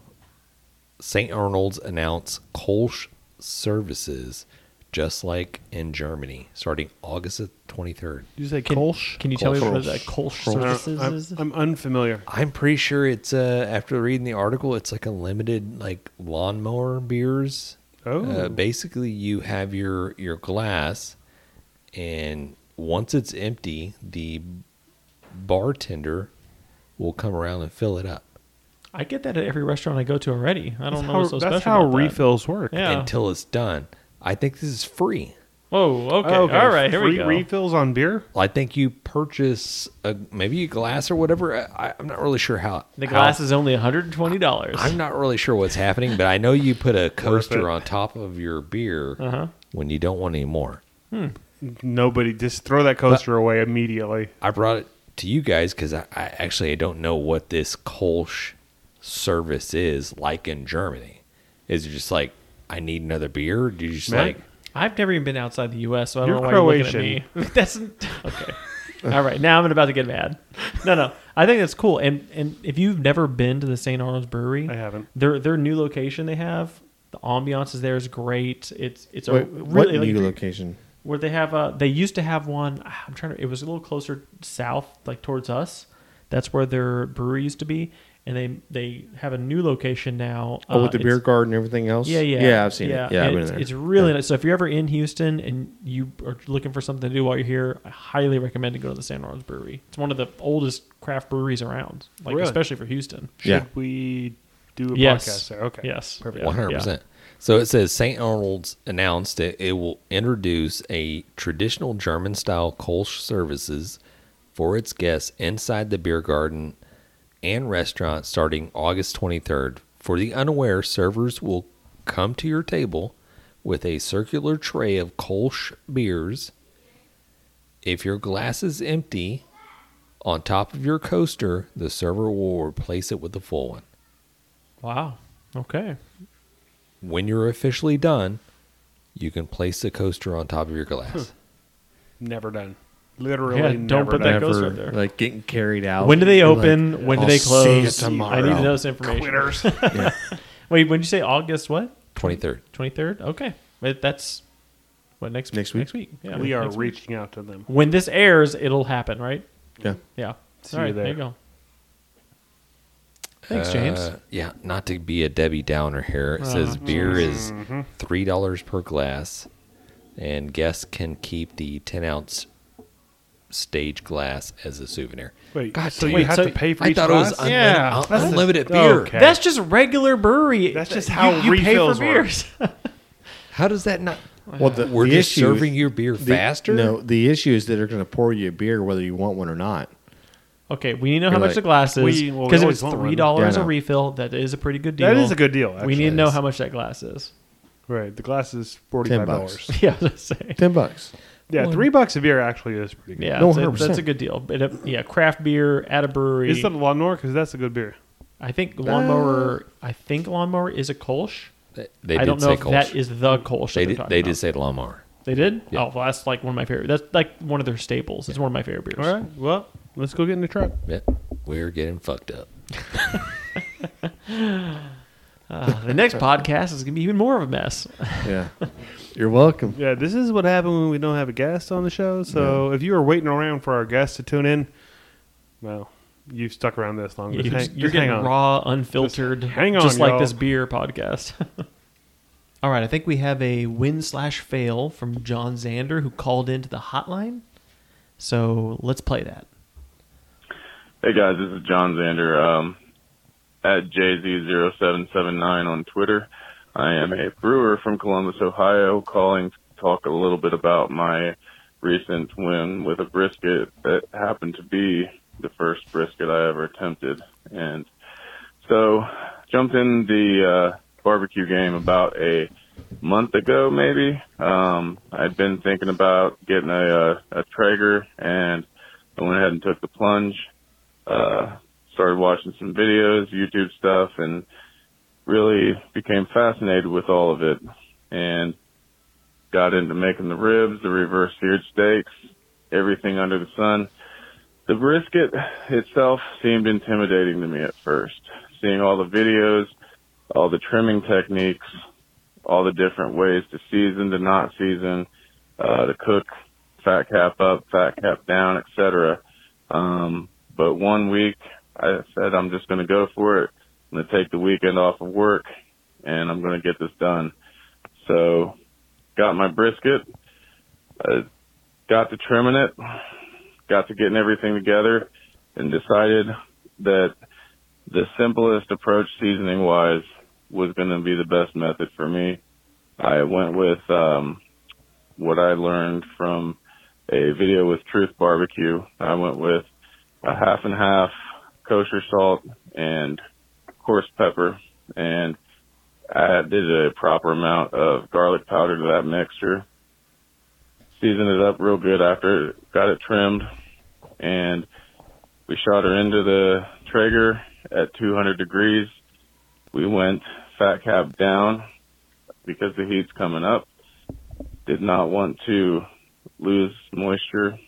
A: St. Arnold's announced Kolsch services just like in Germany starting August the 23rd.
D: Did you say
B: Can,
D: Kolsch?
B: can you tell me what
C: Kolsch.
B: the Kolsch
D: I don't-
B: services
D: Uh, I'm-
B: is?
D: I'm unfamiliar.
A: I'm pretty sure it's uh, after reading the article, it's like a limited like lawnmower beers.
D: Oh.
A: Uh, basically, you have your your glass, and once it's empty, the bartender will come around and fill it up
B: I get that at every restaurant I go to already. I don't
D: That's
B: know
D: how,
B: what's so
D: that's
B: special
D: how
B: about that.
D: refills work.
B: Yeah.
A: until it's done. I think this is free.
B: Whoa. Okay. All right. Here
D: Oh, Free
B: we go.
D: refills on beer?
A: I think you purchase a, maybe a glass or whatever. I, I- I'm not really sure how
B: the
A: how-
B: glass is only 120 dollars.
A: I'm not really sure what's happening, but I know you put
B: *laughs*
A: a
D: it.
A: coaster on top of your beer
B: Uh-huh.
A: when you don't want any more.
D: Nobody just throw that coaster away immediately.
A: I brought it to you guys because I, I actually don't know what this Kolsch service is like in Germany. Is it just like I need another beer? Do you just
D: Matt?
A: like
B: I've never even been outside the U.S., so I don't
D: You're
B: know why you're
D: Croatian.
B: looking at me. *laughs* That's okay. All right, now I'm about to get mad. No, no, I think that's cool. And and if you've never been to the St. Arnold's Brewery,
D: I haven't.
B: Their their new location they have, the ambiance is there is great. It's it's a
C: Wait, what
B: really like,
C: new location?
B: where they have uh they used to have one. ah, I'm trying to. It was a little closer south, like towards us. That's where their brewery used to be, and they they have a new location now.
C: Oh,
B: Uh,
C: with the
B: it's-
C: beer garden and everything else.
B: yeah, yeah,
C: yeah. I've seen it. Yeah, I've
B: and
C: been
B: it's,
C: there.
B: it's really nice. So if you're ever in Houston and you are looking for something to do while you're here, I highly recommend to go to the San Juan's Brewery. It's one of the oldest craft breweries around, like
D: Really?
B: especially for Houston.
D: Should
C: Yeah.
D: we do a
B: Yes.
D: podcast there? Okay.
B: Yes.
D: Perfect.
B: Yeah,
A: One hundred percent. So it says St. Arnold's announced that it will introduce a traditional German style Kolsch services for its guests inside the beer garden and restaurant starting August twenty third. For the unaware, servers will come to your table with a circular tray of Kolsch beers. If your glass is empty on top of your coaster, the server will replace it with a full one
B: Wow. Okay.
A: when you're officially done, you can place the coaster on top of your glass.
D: Never done. Literally,
B: Yeah, don't
D: never
B: put
D: know.
B: that ghost
A: Never.
B: right there.
C: like getting carried out.
B: When do they
C: You're like,
B: open? when do
C: "I'll
B: they
C: see you
B: close? I need
C: tomorrow."
B: to know this information.
D: Quitters.
B: *laughs* Wait, when did you say August? What?
A: Twenty third.
B: Twenty third. Okay, Wait, that's what next
C: Next week?
B: Next week. Yeah,
D: we are
B: next week.
D: reaching out to them.
B: When this airs, it'll happen, right?
C: Yeah.
B: Yeah.
D: See
B: All
D: you
B: right, there.
D: there.
B: you go. Thanks, James.
A: Uh, yeah, not to be a Debbie Downer here. It says
D: Uh-huh.
A: beer is
D: Mm-hmm.
A: three dollars per glass, and guests can keep the ten ounce stage glass as a souvenir.
D: Wait,
A: God
D: so
A: damn
D: you
A: it.
D: have
B: so
D: to pay for
A: I
D: each
A: thought it
D: glass?
A: was unlimited,
B: Yeah,
A: un-
D: that's the-
A: unlimited
D: oh,
A: beer.
D: okay.
B: That's just regular brewery.
D: That's just
B: You-
D: how
B: you, pay for
D: refills work.
B: beers. *laughs*
A: How does that not?
C: Well, the,
A: We're
C: the
A: just
C: issue
A: serving
C: is,
A: your beer
C: the-
A: faster.
C: No, the issue is that they're going to pour you a beer whether you want one or not.
B: okay, we need to know how
C: You're
B: much
C: like,
B: the glass is
D: we- well, we
B: because if
D: always
B: it's
D: want one.
B: three dollars
C: Yeah, I
B: a
C: know.
B: refill, that is a pretty good deal.
D: That is a good deal.
B: we need to
D: actually.
B: know how much that glass is. *laughs*
D: Right, the glass is forty-five
C: bucks.
D: dollars.
B: Yeah, I was gonna say.
C: Ten bucks.
D: *laughs* Yeah, three bucks a beer actually is pretty good.
B: Yeah,
C: No,
B: that's, a,
C: 100%.
B: that's a good deal. But uh, yeah, craft beer at a brewery.
D: Is it a lawnmower? Because that's a good beer.
B: I think lawnmower. I think lawnmower is a Kolsch.
A: They, they
B: I
A: did
B: don't know
A: say
B: if
A: Kolsch.
B: that is the Kolsch.
A: They
B: that they're
A: did.
B: talking
A: They
B: about.
A: did say lawnmower.
B: They did.
A: Yeah.
B: Oh, well, that's like one of my favorite. That's like one of their staples. It's one of my favorite beers.
D: All right, well, let's go get in the truck.
A: Yeah, we're getting fucked up.
B: Uh, the next podcast is gonna be even more of a mess. *laughs*
C: Yeah. You're welcome.
D: Yeah, this is what happened when we don't have a guest on the show. So if you were waiting around for our guest to tune in, well, you've stuck around this long.
B: You're,
D: Just hang-
B: just- you're
D: just hang
B: getting
D: on.
B: raw, unfiltered.
D: Just hang on,
B: just like
D: y'all.
B: this beer podcast. *laughs* All right, I think we have a win slash fail from John Zander who called into the hotline. So let's play that.
E: Hey guys, this is John Zander um, at JZ0779 on Twitter. I am a brewer from Columbus, Ohio, calling to talk a little bit about my recent win with a brisket that happened to be the first brisket I ever attempted. And so jumped in the uh, barbecue game about a month ago, maybe. Um, I'd been thinking about getting a, uh, a, a Traeger and I went ahead and took the plunge uh, started watching some videos, YouTube stuff, and really became fascinated with all of it. And got into making the ribs, the reverse seared steaks, everything under the sun. The brisket itself seemed intimidating to me at first. Seeing all the videos, all the trimming techniques, all the different ways to season, to not season, uh, to cook, fat cap up, fat cap down, etc. Um, but one week I said I'm just going to go for it. I'm going to take the weekend off of work and I'm going to get this done. So got my brisket, uh, got to trimming it, got to getting everything together and decided that the simplest approach seasoning wise was going to be the best method for me. I went with, um, what I learned from a video with Truth Barbecue. I went with a half and half kosher salt and coarse pepper and I did a proper amount of garlic powder to that mixture. Seasoned it up real good after it got it trimmed and we shot her into the Traeger at 200 degrees. We went fat cap down because the heat's coming up. Did not want to lose moisture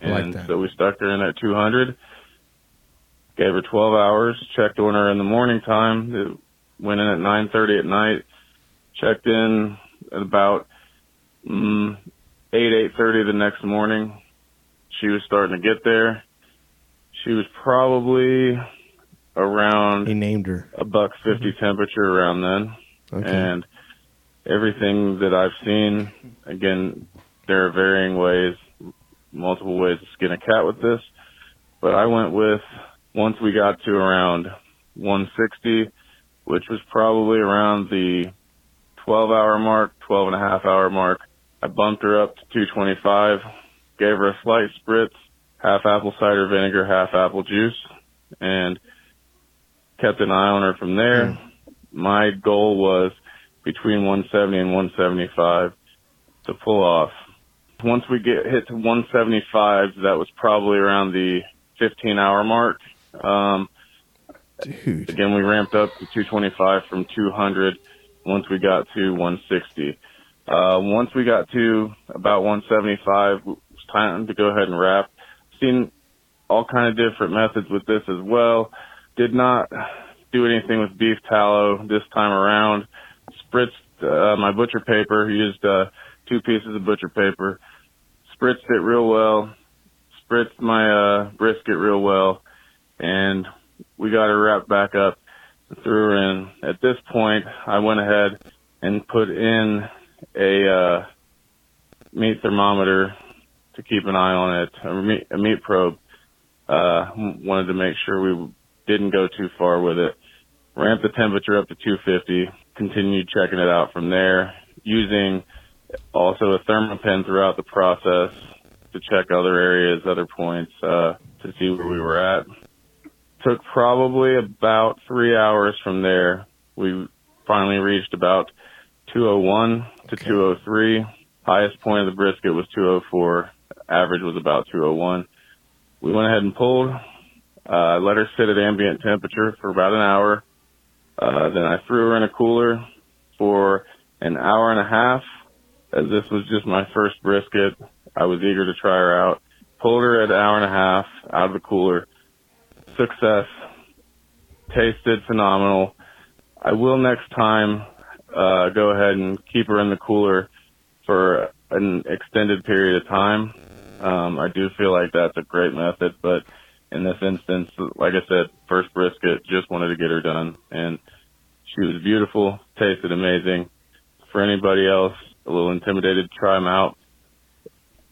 C: I like
E: and
C: that.
E: so we stuck her in at 200. Gave her 12 hours. Checked on her in the morning time. It went in at 9:30 at night. Checked in at about mm, 8 8:30 the next morning. She was starting to get there. She was probably
C: He
E: around
C: named her. Mm-hmm.
E: a buck 50 temperature around then
C: Okay.
E: and everything that I've seen, again, there are varying ways, multiple ways to skin a cat with this, but I went with once we got to around 160, which was probably around the 12 hour mark, 12 and a half hour mark. I bumped her up to 225, gave her a slight spritz, half apple cider vinegar, half apple juice, and kept an eye on her from there my goal was between 170 and 175 to pull off. Once we get hit to 175, that was probably around the 15 hour mark. Um,
C: Dude.
E: Again, we ramped up to 225 from 200 once we got to 160. Uh, once we got to about 175, we plan to go ahead and wrap. Seen all kind of different methods with this as well. Did not do anything with beef tallow this time around. Spritzed uh, my butcher paper. Used uh, two pieces of butcher paper. Spritzed it real well. Spritzed my uh, brisket real well, and we got her wrapped back up and threw her in. At this point, I went ahead and put in a uh, meat thermometer to keep an eye on it, a meat, a meat probe. Uh, wanted to make sure we didn't go too far with it. Ramped the temperature up to 250. Continued checking it out from there, using also a thermopen throughout the process to check other areas, other points, uh, to see where we were at. Took probably about three hours from there. We finally reached about 201 to 203. Highest point of the brisket was 204. Average was about 201. We went ahead and pulled. Uh, let her sit at ambient temperature for about an hour. Uh, then I threw her in a cooler for an hour and a half. As this was just my first brisket, I was eager to try her out. Pulled her at an hour and a half out of the cooler. Success. Tasted phenomenal. I will next time uh, go ahead and keep her in the cooler for an extended period of time. Um, I do feel like that's a great method, but in this instance, like I said, first brisket, just wanted to get her done, and she was beautiful, tasted amazing. For anybody else a little intimidated, try them out.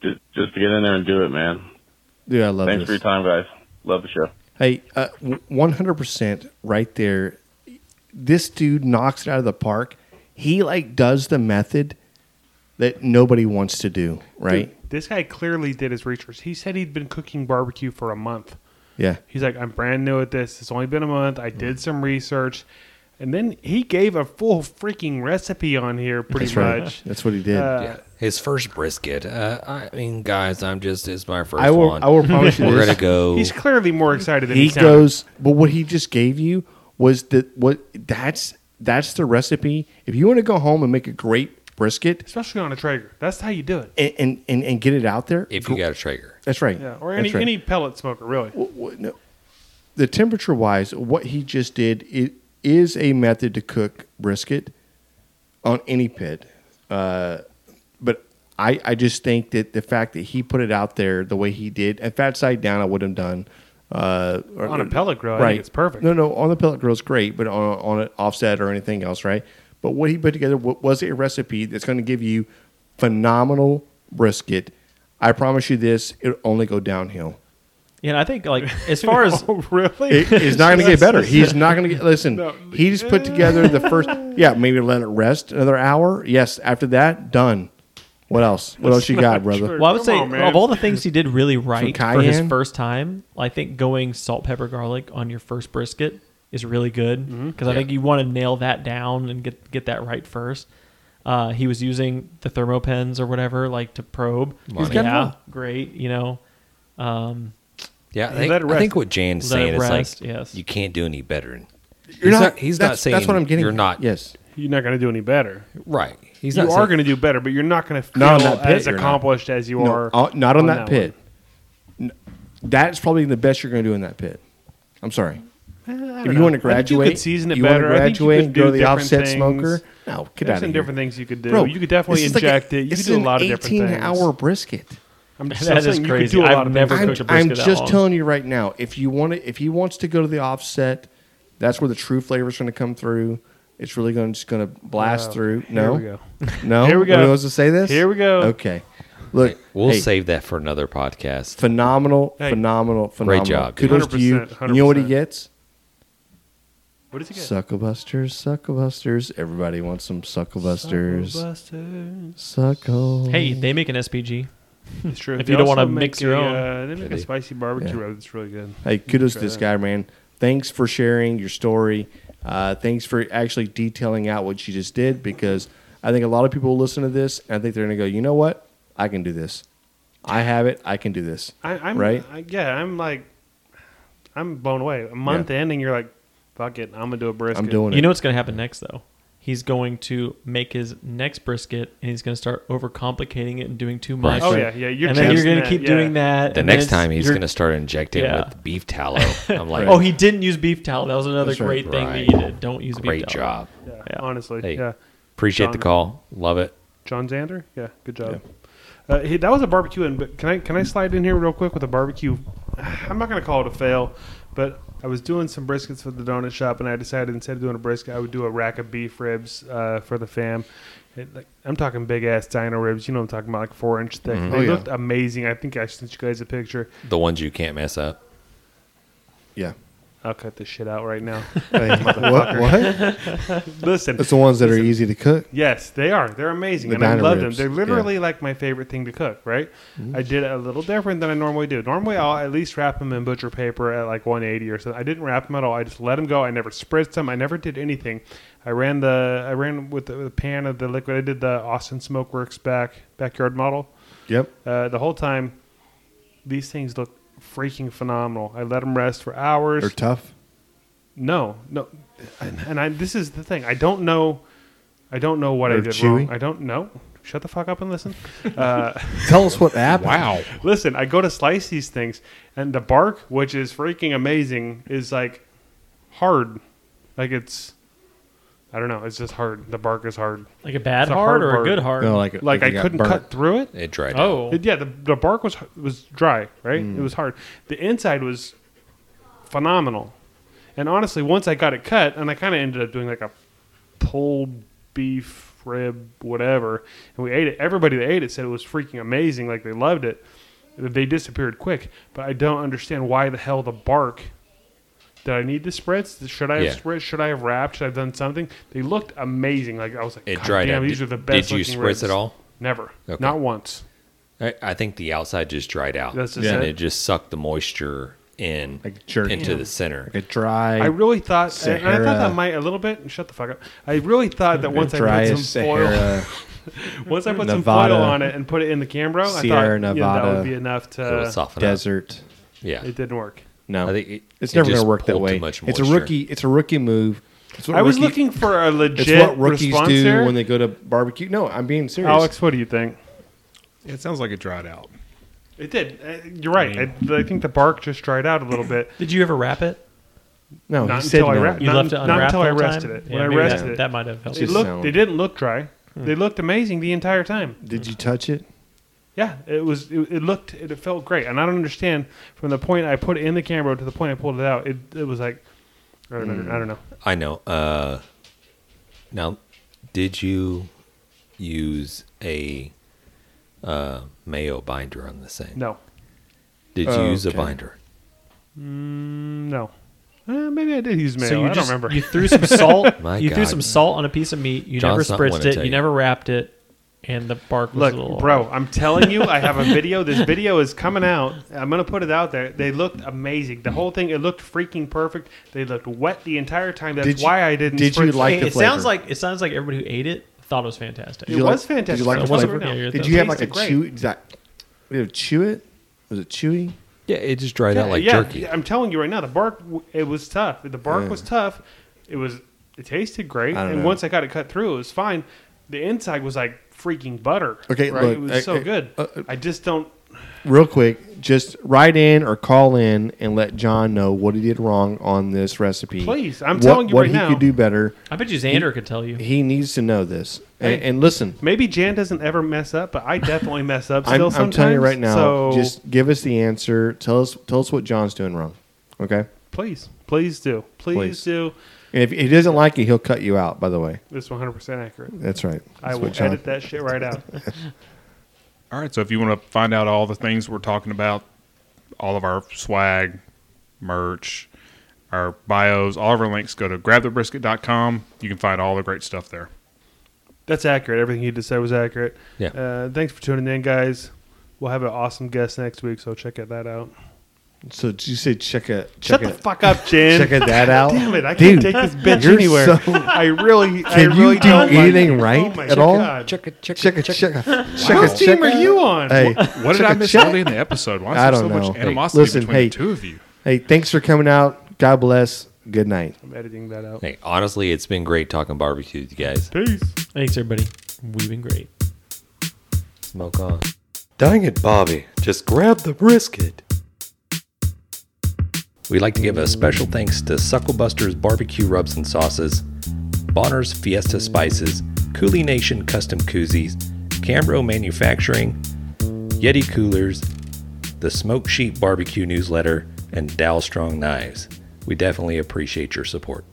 E: Just, just to get in there and do it, man.
C: Dude, I love
E: Thanks
C: this.
E: for your time, guys. Love the show.
C: Hey, uh, w- 100% right there. This dude knocks it out of the park. He like does the method that nobody wants to do, right?
D: Dude, this guy clearly did his research. He said he'd been cooking barbecue for a month.
C: Yeah.
D: He's like, I'm brand new at this. It's only been a month. I
C: Mm.
D: did some research. And then he gave a full freaking recipe on here, pretty
C: That's right.
D: much.
C: That's what he did.
D: Uh,
A: Yeah. His first brisket. Uh, I mean, guys, I'm just it's my first
C: I will
A: one.
C: I
A: *laughs*
C: will promise you
A: We're
C: this.
A: gonna
C: *laughs*
A: go.
D: He's clearly more excited than he,
C: he
D: sounded.
C: goes but what he just gave you was that what that's that's the recipe. If you want to go home and make a great brisket
D: Especially on a Traeger. That's how you do it.
C: and and, and, and get it out there,
A: if you got a Traeger,
C: that's right.
D: Yeah. Or any,
C: That's right.
D: any pellet smoker, really.
C: Wh- wh- no. the temperature wise, what he just did it is a method to cook brisket on any pit. Uh, but I, I just think that the fact that he put it out there the way he did, if that side down, I would have done. Uh, or-
D: On a pellet grill, I think it's perfect.
C: No, no, on the pellet grill is great, but on on an offset or anything else, right? But what he put together wa- was a recipe that's going to give you phenomenal brisket. I promise you this; it'll only go downhill.
B: Yeah, and I think like as *laughs* far as
D: oh, *laughs* really?
C: It, *laughs* it's not going to get better. He's not going to get. Listen,
D: No.
C: he just put together the first. Yeah, maybe let it rest another hour. Yes, after that, done. What else? What else you got, brother?
D: true.
B: Well, I would
D: Come
B: say
D: on, man.
B: of all the things he
A: *laughs*
B: did really right for his
C: cayenne?
B: first time, I think going salt, pepper, garlic on your first brisket is really good because
D: Mm-hmm.
B: I think you want to nail that down and get get that right first. Uh, he was using the thermopens or whatever like to probe.
A: Money.
B: yeah, great. You know, um,
A: yeah. I
D: Let
A: think,
D: it
A: I
D: rest.
A: think what Jan's
B: Let it
A: saying is
B: rest,
A: like,
B: yes.
A: you can't do any better.
C: You're
A: he's not, He's not
C: that's-
A: saying
C: That's what I'm getting.
A: You're
C: at.
A: not.
C: Yes.
D: You're not going to do any better.
A: Right. He's
D: you
A: not
D: are
A: saying-
D: going to do better, but you're not going to feel
C: Not on that pit,
D: as
C: you're not.
D: accomplished as you
C: No,
D: are.
C: uh, not on,
D: on
C: that,
D: that
C: pit. N- That's probably the best you're going to do in that pit. I'm sorry.
D: Eh, I
C: If
D: don't
C: you
D: know.
C: want to
D: I think you
C: graduate,
D: could season it
C: you
D: better.
C: want
D: I
C: to
D: think you
C: graduate,
D: could
C: go
D: do
C: to the
D: different
C: offset
D: things.
C: smoker. No, get out
D: There's some
C: of here.
D: different things you could do.
C: Bro,
D: you could definitely
C: this is like a-
D: inject it. You
C: this
D: could
C: is
D: do a
C: an
D: lot of different things.
C: 18 hour brisket.
D: I'm just
B: That is
D: saying you could
B: crazy.
D: do a lot
B: I've
D: of
B: never
D: things.
C: I'm,
B: cooked a
C: I'm
B: brisket that
C: just
B: long.
C: telling you right now. If you want to, if he wants to go to the offset, that's where the true flavor is going to come through. It's really going to just going to blast
D: Wow.
C: through.
D: Here
C: No,
D: we go. *laughs*
C: no.
D: Here we go.
C: Are supposed to say this?
D: Here we go.
C: Okay. Look,
A: We'll
C: hey,
A: save that for another podcast.
C: phenomenal,
D: Hey.
C: phenomenal, phenomenal.
A: job, dude.
C: Kudos to you.
D: 100%,
C: You know what he
D: 100%.
C: gets?
D: What does he get?
C: Suckabusters, suckabusters. Everybody wants some suckabusters.
B: Hmm.
D: Buster.
C: Suckle.
B: hey, they make an SPG.
D: It's true.
B: If
D: They
B: you don't
D: also
B: wanna
D: make
B: mix your
D: a,
B: own.
D: uh, they make a
A: Really?
D: spicy barbecue
C: Yeah.
D: rub that's
C: *laughs*
D: really good.
C: Hey, kudos to
D: try
C: this
D: that.
C: guy, man. Thanks for sharing your story. Uh, thanks for actually detailing out what you just did because I think a lot of people will listen to this and I think they're going to go, you know what? I can do this. I have it. I can do this.
D: I, I'm
C: Right?
D: I, yeah, I'm like, I'm blown away. A month ending, you're like, fuck it, I'm gonna do a brisket.
C: I'm doing it.
B: You know what's going to happen next though? he's going to make his next brisket and he's going to start overcomplicating it and doing too much.
A: Right. Oh,
D: yeah, yeah, you're
B: and then you're
D: changing
B: going to
D: that,
B: keep
D: yeah.
B: doing that.
A: The
B: and then
A: next
B: it's-
A: time he's
B: you're-
A: going to start injecting
B: Yeah.
A: with beef
B: *laughs*
A: tallow. I'm like,
B: Oh, he didn't use beef tallow. That was another
C: That's right.
B: great thing
A: Right.
B: that you did. Don't use
A: great
B: beef tallow.
A: job.
D: Yeah,
B: Yeah.
D: honestly,
A: Hey.
D: yeah.
A: Appreciate the
D: John.
A: call. Love it.
D: John Zander, yeah, good job. Uh, hey, that was a barbecue, and but can I can I slide in here real quick with a barbecue? *sighs* I'm not going to call it a fail, but I was doing some briskets for the donut shop, and I decided instead of doing a brisket, I would do a rack of beef ribs uh, for the fam. It, like, I'm talking big ass dino ribs. You know, what I'm talking about like four inch thick. They
C: Oh, yeah.
D: looked amazing. I think I sent you guys a picture.
A: The ones you can't mess up.
C: Yeah.
D: I'll cut this shit out right now. *laughs*
C: Hey, *laughs* what, what?
D: Listen,
C: It's the ones that are easy to cook.
D: Yes, they are. They're amazing,
C: The
D: and I
C: diner
D: love
C: ribs,
D: them. They're
C: yeah. Mm-hmm.
D: literally like my favorite thing to cook. Right? I did it a little different than I normally do. Normally, I'll at least wrap them in butcher paper at like 180 or so. I didn't wrap them at all. I just let them go. I never spritzed them. I never did anything. I ran the I ran with the, with the pan of the liquid. I did the Austin Smokeworks back backyard model
C: Yep.
D: uh, the whole time. These things look freaking phenomenal. I let them rest for hours.
C: They're tough.
D: No, no, and, and I. This is the thing. I don't know. I don't know what I
C: They're
D: did
C: chewy?
D: wrong. I don't know. Shut the fuck up and listen. Uh,
C: Tell us what happened.
A: Wow.
D: listen, I go to slice these things, and the bark, which is freaking amazing, is like hard. Like it's, I don't know. It's just hard. The bark is hard.
B: Like a bad
D: It's a hard
B: hard, or a
D: part.
B: good hard.
C: No, like,
D: Like
C: it
D: I
C: got
D: couldn't
C: burnt.
D: cut through it.
A: It dried out.
B: oh,
D: It- yeah, the, the bark was was dry, right?
A: Hmm.
D: It was hard. The inside was phenomenal, and honestly, once I got it cut, and I kind of ended up doing like a pulled beef rib, whatever, and we ate it. Everybody that ate it said it was freaking amazing, like they loved it. They disappeared quick, but I don't understand why the hell the bark. Did I need the spritz? Should I have
A: Yeah.
D: spritzed? Should I have wrapped? Should I have done something? They looked amazing. Like I was like,
A: It
D: God
A: dried
D: damn,
A: out.
D: these
A: Did-
D: are the best.
A: did you
D: looking
A: spritz
D: ribs."
A: at all?
D: Never.
A: Okay.
D: Not once.
A: I, I think the outside just dried out.
D: That's just
A: and
D: it.
A: it just sucked the moisture in
C: Like jerky.
A: into the center.
C: Like a dry.
D: I really thought, and I
C: Sahara.
D: thought that might a little bit. Shut the fuck up. I really thought that once I
C: dry
D: put
C: as
D: some foil, *laughs*
C: Sahara.
D: once I put
C: Nevada.
D: some foil on it and put it in the
C: Sierra
D: Cambro, I thought you know, that
C: Nevada.
D: would be enough to.
A: It'll soften up.
C: desert.
A: Yeah.
D: It didn't work.
C: No,
A: I think it-
C: it's
A: it
C: never going
A: just
C: to work that
A: pulled too
C: way.
A: much
C: it's a
A: moisture.
C: rookie. It's a rookie move. It's what
D: I was
C: rookie-
D: looking for a
C: It's
D: legit
C: what rookies
D: response
C: do
D: here.
C: when they go to barbecue. No, I'm being serious.
D: Alex, what do you think?
F: It sounds like it dried out.
D: It did. Uh, You're right. I, I think the bark just dried out a
C: *clears throat*
D: little bit.
B: did you ever wrap it?
C: no,
D: Not
C: he said
D: until I
C: no.
D: wrapped-
B: You
D: Not-
B: left it
D: not
B: unwrapped
D: until I
B: the whole
D: rested
B: time?
D: it. When I
B: maybe that-
D: rested it.
B: that might have helped.
D: They
C: Just
D: looked.
C: sound- Hmm.
D: They didn't look dry. They looked amazing the entire time.
C: Did you touch it?
D: Yeah, it was. It, it looked. It, felt great, and I don't understand from the point I put it in the camera to the point I pulled it out. It it was like, I don't, know, I don't know.
B: Hmm.
A: I know. Uh, now, did you use a uh, mayo binder on this thing?
D: No,
A: Did you use a
C: Oh, Okay.
A: binder?
D: Mm, no. Eh, maybe I did use mayo.
B: So you
D: I
B: just,
D: don't remember.
B: You threw some salt.
A: My
B: you threw
A: God.
B: some salt on a piece of meat. You
A: John's not
B: never
A: one
B: spritzed
A: to
B: it.
A: tell
B: You,
A: you.
B: never wrapped it, and the bark
D: *laughs*
B: was
D: Look,
B: a little.
D: bro, I'm telling you, I have a video.
B: *laughs*
D: This video is coming out. I'm gonna put it out there. They looked amazing. The whole thing, it looked freaking perfect. They looked wet the entire time. That's
C: Did you-
D: why I didn't.
C: did you
D: spritz it.
C: like
B: It,
C: the
B: it sounds
C: flavor.
B: like it sounds like everybody who ate it thought it was fantastic.
D: It
C: you like-
D: was
C: did you like
D: fantastic.
C: the
D: It wasn't
B: flavor?
D: no.
B: Yeah, you're-
C: Did you have like a
D: Tasted great.
C: chew? Did you have chew it? Was it chewy?
A: Yeah, it just dried out like
D: yeah,
A: jerky.
D: yeah, I'm telling you right now, the bark w- it was tough. The bark
C: Yeah.
D: was tough. It was it tasted great,
C: I don't
D: and
C: know.
D: once I got it cut through, it was fine. The inside was like freaking butter.
C: Okay,
D: right?
C: look,
D: it was
C: I-
D: so
C: I-
D: good.
C: uh, uh,
D: I just don't.
C: Real quick, just write in or call in and let John know what he did wrong on this recipe.
D: Please, I'm
C: What-
D: telling you
C: what
D: right
C: he
D: now.
C: could do better.
B: I bet you Xander could tell you.
C: He needs to know this. And,
D: Hey.
C: and listen,
D: Maybe Jan doesn't ever mess up, but I definitely mess up
C: I'm,
D: still.
C: I'm telling you
D: sometimes,
C: right now.
D: So
C: just give us the answer. Tell us. Tell us what John's doing wrong. Okay.
D: please, please do, please,
C: Please.
D: do.
C: And if he doesn't like it, he'll cut you out. By the way,
D: It's 100 percent accurate.
C: that's right.
D: I
C: That's
D: will
C: what John-
D: edit that shit
C: *laughs*
D: right out.
F: All right, so if you want to find out all the things we're talking about, all of our swag, merch, our bios, all of our links, go to grabthebrisket.com. You can find all the great stuff there.
D: That's accurate. Everything you just said was accurate.
A: Yeah.
D: Uh, thanks for tuning in, guys. We'll have an awesome guest next week, so check it that out.
C: So did you say check it.
D: Shut
C: Check
D: the
C: it.
D: fuck up, Jan.
C: Check it
D: *laughs*
C: that out.
D: Damn it! I
C: Dude,
D: can't take this bitch
C: you're
D: anywhere.
C: so-
D: I really, I
C: Can
D: really
C: you do
D: don't like
C: anything
D: it.
C: right
D: Oh my
C: at all?
D: God.
A: Check it, check
C: *laughs* Check
A: it,
C: it. Check it. Check
D: What
C: it.
D: team
C: Check
D: are
C: it.
D: you on?
C: Hey,
F: What did
C: check
F: I
C: it,
F: miss
C: check
F: early
C: it.
F: in the episode? Why is
C: I
F: there so
C: don't
F: much
C: know.
F: animosity
C: Listen,
F: between
C: hey.
F: the two of you?
C: Hey, thanks for coming out. God bless. Good night.
D: I'm editing that out.
A: Hey, honestly, it's been great talking barbecue with you guys.
D: Peace.
B: Thanks, everybody. We've been great.
A: Smoke on. Dang it, Bobby. Just grab the brisket. We'd like to give a special thanks to Sucklebuster's Barbecue Rubs and Sauces, Bonner's Fiesta Spices, Cooley Nation Custom Koozies, Cambro Manufacturing, Yeti Coolers, the Smoke Sheep Barbecue Newsletter, and Dow Strong Knives. We definitely appreciate your support.